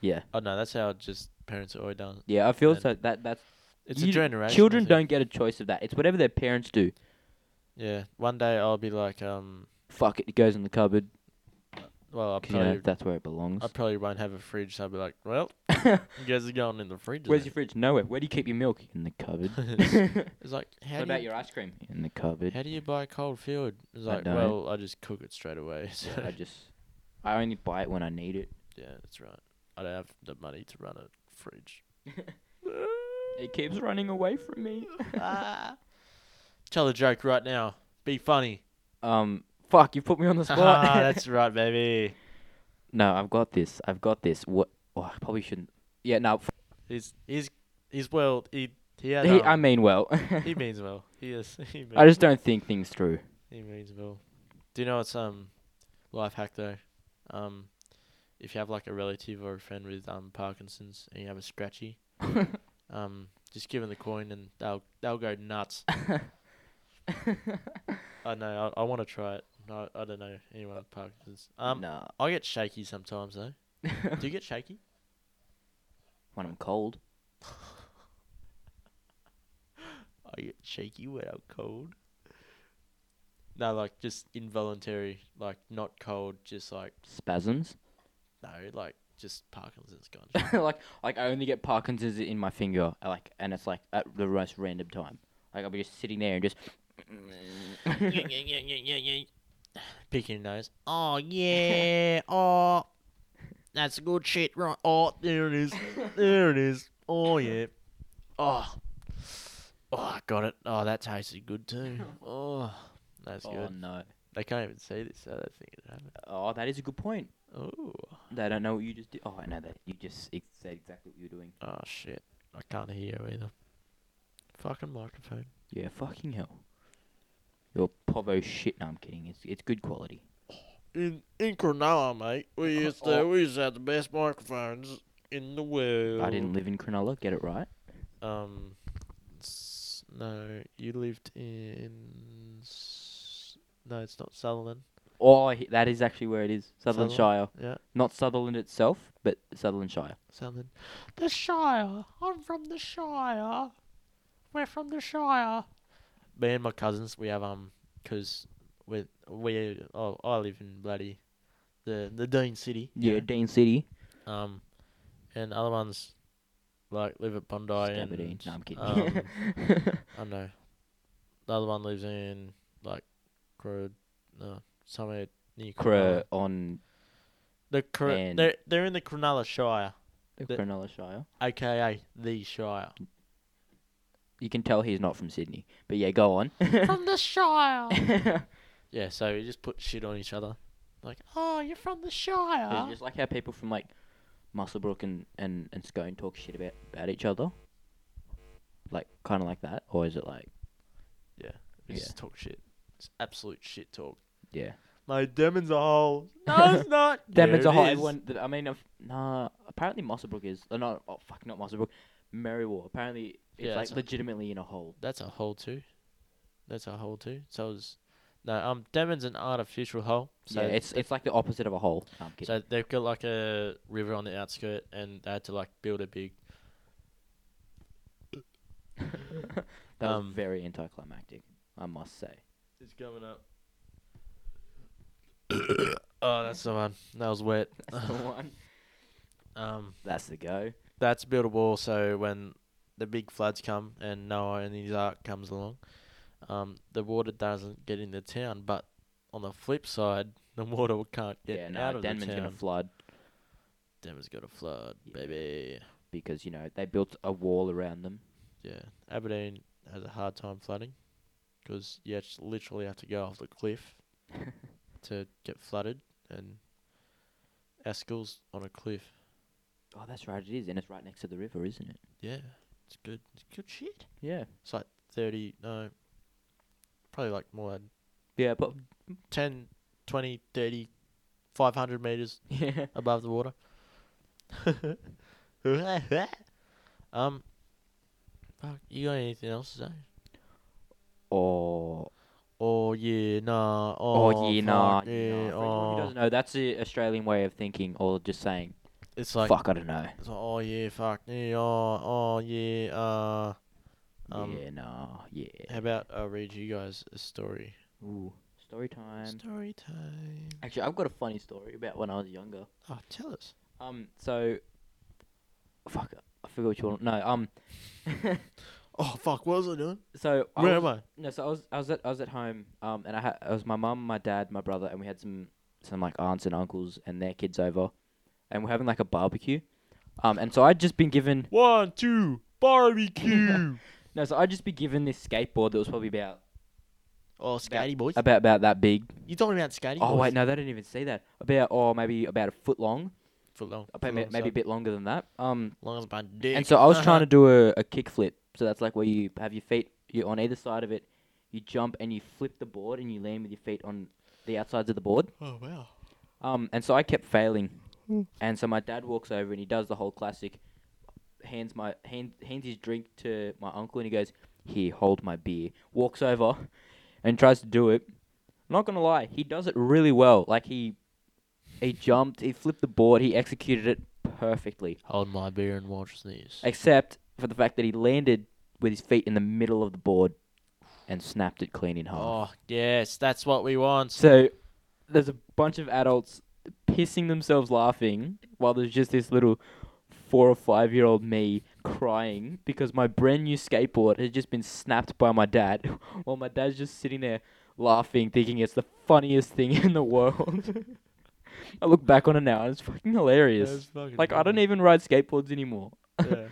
yeah,
Oh no, that's how just parents are always done.
yeah. I feel
Then-
so that that's
It's
you-
a generation.
Children don't get a choice of that. It's whatever their parents do.
Yeah, one day I'll be like, um,
Fuck it, it goes in the cupboard
well, I
'cause, you know
probably,
that's where it belongs.
I probably won't have a fridge, so I'll be like, well,
[LAUGHS]
you guys are going in the fridge.
Where's your
then.
fridge? Nowhere. Where do you keep your milk? In the
[LAUGHS]
cupboard. [LAUGHS]
It's like,
what
how do
about
you,
your ice cream? In the cupboard.
how do you buy cold field? It's
I
like,
don't.
well, I just cook it straight away. [LAUGHS] So
Yeah, I just, I only buy it when I need it.
yeah, that's right. I don't have the money to run a fridge.
It keeps running away from me.
Ah. Tell a joke right now. Be funny.
[LAUGHS] Um, fuck, you put me on the spot.
[LAUGHS]
[LAUGHS]
Ah, that's right, baby.
no, I've got this. I've got this. What? Oh, I probably shouldn't. Yeah, no. F-
He's he's he's well. He he, had,
he,
um,
I mean, well, [LAUGHS]
he means well. He is. [LAUGHS] He means,
I just don't think things through.
he means well. Do you know what's um life hack though? Um, if you have like a relative or a friend with um Parkinson's and you have a scratchy, um, just give them the coin and they'll they'll go nuts. I know. I, I want to try it. No, I don't know anyone with Parkinson's. Um,
nah. [LAUGHS]
I get shaky sometimes though. Do you get shaky?
when I'm cold.
I get shaky when I'm cold. No, like just involuntary, like not cold, just like
Spasms.
no, like just Parkinson's gone.
[LAUGHS] like like I only get Parkinson's in my finger, uh, like and it's like at the most random time. Like I'll be just sitting there and just [LAUGHS]
Picking your nose. Oh [LAUGHS] yeah. Oh, that's good shit, right? Oh, there it is. There it is. Oh yeah. Oh. Oh, I got it. Oh, that tasted good too. Oh, that's
oh
good.
no.
They can't even see this, so they think it happened.
Oh, that is a good point.
Oh.
They don't know what you just did. Oh, I know that you just ex- said exactly what you were doing.
Oh shit. I can't hear you either. Fucking microphone.
Yeah, fucking hell. Your povo shit. No, I'm kidding. It's it's good quality.
In in Cronulla, mate, [LAUGHS] we used to
Oh.
we used to have the best microphones in the world.
I didn't live in Cronulla. Get it right.
Um, s- no, you lived in. S- no, it's not Sutherland.
Oh, he- that is actually where it is. Sutherland Shire.
Yeah,
Not Sutherland itself, but Sutherland Shire.
Sutherland. The Shire. I'm from the Shire. We're from the Shire. Me and my cousins, we have um, cause we we oh I live in bloody, the the Dean City. you
Yeah,
know?
Dean City.
Um, and other ones, like live at Bondi
Scabardine.
and
No, I'm kidding.
um,
[LAUGHS]
I don't know. The other one lives in like Crow, no, somewhere near
Cra
Cronulla.
on
The Cro-
and-
they're they're in the Cronulla Shire,
the
The-
Cronulla Shire.
aka the Shire.
You can tell he's not from Sydney. But yeah, go on. [LAUGHS]
From the Shire.
Yeah, so we just put shit on each other. Like,
Oh, you're from the Shire.
It's just like how people from like Musselbrook and, and, and Scone talk shit about, about each other. Like kind of like that, or is it like
yeah, we
Yeah.
just talk shit. It's absolute shit talk.
yeah?
My demon's a hole. [LAUGHS] No, it's [LAUGHS] not.
Them
Yeah,
it's a
it
hot
is.
everyone. th- I mean, I've, nah. Apparently Musselbrook is uh, no. Oh fuck, not Musselbrook. Merriwall. Apparently it's
Yeah,
like
it's a-
legitimately in a hole.
That's a hole too. That's a hole too. So it's no, um, demon's an artificial hole. So
yeah, it's it's like the opposite of a hole. No, I'm kidding.
So they've got like a river on the outskirt, and they had to like build a big.
that was
um,
very anticlimactic, I must
[LAUGHS]
say.
It's coming up. [COUGHS] oh, that's the one. That was wet.
[LAUGHS] That's the one.
Um,
That's the go.
that's build a wall so when the big floods come and Noah and his ark comes along, um, the water doesn't get in the town, but on the flip side, the water can't get
yeah,
out
no,
of
Denman's
the town.
gonna flood
Denver's got a flood,
Yeah.
baby.
because you know they built a wall around them.
Yeah, Aberdeen has a hard time flooding because you act- literally have to go off
[LAUGHS]
the cliff to get flooded, and our school's on a cliff.
Oh, that's right, it is, and it's right next to the river, isn't it?
Yeah, it's good. It's good shit.
Yeah.
It's like thirty, no, probably like more than
Yeah, but
10, 20, 30, 500 meters
yeah,
above the water. [LAUGHS] um, fuck, you got anything else to say?
or
Oh yeah, nah. Oh,
Oh, yeah, nah. nah.
fuck, yeah,
For anyone who
oh.
doesn't know, that's the Australian way of thinking or just saying,
It's like,
fuck, I don't know.
it's like, oh yeah, fuck, yeah, oh, oh yeah. Uh, um,
yeah, nah, yeah.
how about uh, I read you guys a story?
Ooh, story time.
story time.
Actually, I've got a funny story about when I was younger.
Oh, tell us.
Um, so, fuck, I forgot what you want. No, um, [LAUGHS]
Oh fuck, what was I doing?
so I
Where
was,
am I?
no, so I was I was at I was at home, um, and I had it was my mum, my dad, my brother, and we had some some like aunts and uncles and their kids over, and we're having like a barbecue, um, and so I'd just been given [LAUGHS]
One, two, barbecue.
No, so I'd just be given this skateboard that was probably about
oh, Scotty boys.
about about that big.
You talking about Scotty?
Oh
boys?
wait, no, they didn't even see that. About or maybe about a foot long,
For long.
about ma- maybe a bit longer than that. Um,
long as my dick. Uh-huh.
and so I was trying to do a, a kickflip. So that's like where you have your feet you on either side of it, you jump and you flip the board and you land with your feet on the outsides of the board.
Oh wow.
Um, and so I kept failing, and so my dad walks over and he does the whole classic, hands my hand, hands his drink to my uncle and he goes, "Here, hold my beer." Walks over, and tries to do it. Not gonna lie, he does it really well. Like he, he jumped, he flipped the board, he executed it perfectly.
[LAUGHS] Hold my beer and watch this.
Except for the fact that he landed with his feet in the middle of the board, and snapped it clean in half.
Oh yes, that's what we want.
So there's a bunch of adults pissing themselves laughing while there's just this little four or five year old me crying because my brand new skateboard has just been snapped by my dad [LAUGHS] while my dad's just sitting there laughing thinking it's the funniest thing [LAUGHS] in the world. [LAUGHS] I look back on it now and it's fucking hilarious. like I don't even ride skateboards anymore. [LAUGHS]
Yeah.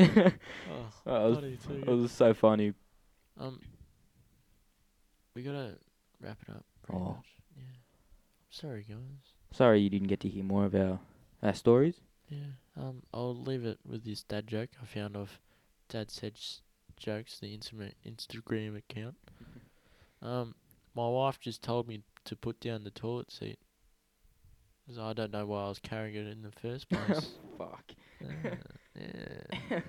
it,
[LAUGHS] Oh,
was, [LAUGHS]
bloody too
it
good.
was so funny.
Um, we gotta wrap it up. Pretty
Oh.
much. Yeah. Sorry, guys.
Sorry you didn't get to hear more of our, our stories.
Yeah. Um, I'll leave it with this dad joke I found of Dad said s- jokes the Instagram Instagram [LAUGHS] account. Um, my wife just told me to put down the toilet seat. 'Cause I don't know why I was carrying it in the [LAUGHS] first place.
Fuck.
Uh, yeah.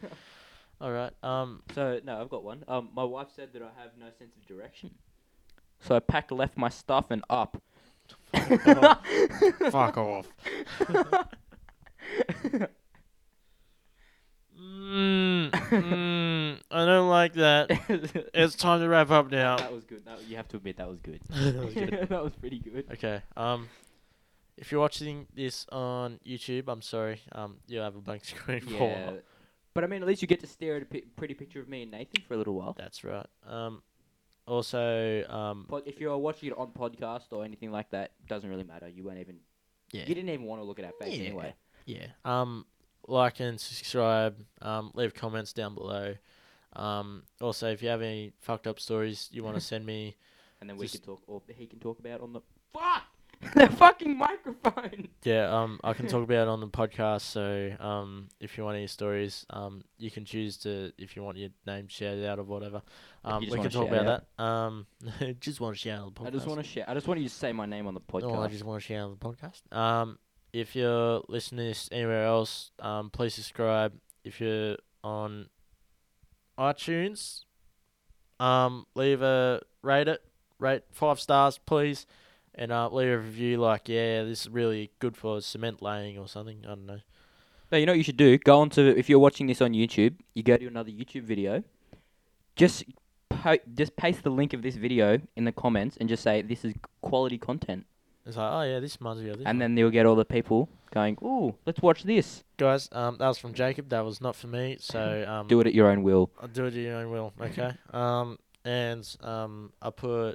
All right. [LAUGHS] Um.
So no, I've got one. Um, my wife said that I have no sense of direction. So I packed left my stuff and [LAUGHS] up. [LAUGHS]
Fuck off. Mm, mm, I don't like that.
that
It's time to wrap up now.
was good. That, you have to admit that was good.
That was good.
[LAUGHS] that was pretty good.
[LAUGHS] Okay. Um, if you're watching this on YouTube, I'm sorry. Um, you have a blank [LAUGHS] screen for. a
Yeah.
while.
But I mean, at least you get to stare at a pi- pretty picture of me and Nathan for a little while.
That's right. Um, also, um,
Pod, if you're watching it on podcast or anything like that, doesn't really matter. You won't even.
yeah,
You didn't even want to look at our face
Yeah.
anyway.
yeah. Um, like and subscribe. Um, leave comments down below. Um, also, if you have any fucked up stories you
[LAUGHS]
want to send me,
And then we
Just-
can talk, or he can talk about on the fuck [LAUGHS]
[LAUGHS]
the fucking microphone.
yeah, um, I can talk about it on the podcast. So, um, if you want any stories, um, you can choose to if you want your name shouted out or whatever. Um,
you just
we can
want a shout
talk about that. Um, [LAUGHS] just want to shout out the podcast.
I just want to share. I just want you to say my name on the podcast.
No, I just want to share on the podcast. Um, if you're listening to this anywhere else, um, please subscribe. If you're on iTunes, um, leave a rate it, rate five stars, please, and uh, leave a review like, yeah, this is really good for cement laying or something. I don't know.
No, you know what you should do? Go on to if you're watching this on YouTube, you go to another YouTube video. Just po- just paste the link of this video in the comments and just say this is quality content,
It's like, oh yeah, this reminds me of this.
and
one."
then you'll get all the people going, "Ooh, let's watch this."
guys, um, that was from Jacob. That was not for me. So um,
Do it at your own will.
I'll do it at your own will. Okay. Um, and um, I put.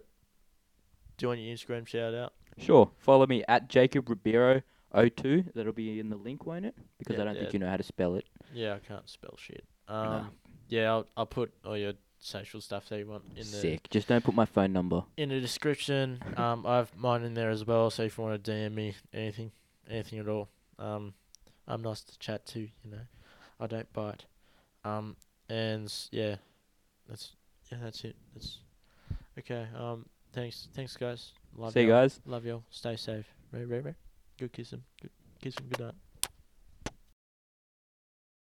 Do you want your Instagram shout out?
Sure. Follow me at Jacob Ribeiro 02. That'll be in the link, won't it? Because
Yeah,
I don't
yeah.
think you know how to spell it.
Yeah, I can't spell shit. Um,
Nah.
yeah, I'll, I'll put all your social stuff that you want in the
Sick. Just don't put my phone number.
in the description. Um, I've mine in there as well. So if you want to DM me anything, anything at all, um, I'm nice to chat to. You know, I don't bite. Um, and yeah, that's yeah, that's it. That's okay. Um, thanks, thanks guys. Love
See you
y'all.
guys.
Love y'all. Stay safe. Ray, ray, ray. Good kiss him. Good kiss him. Good night.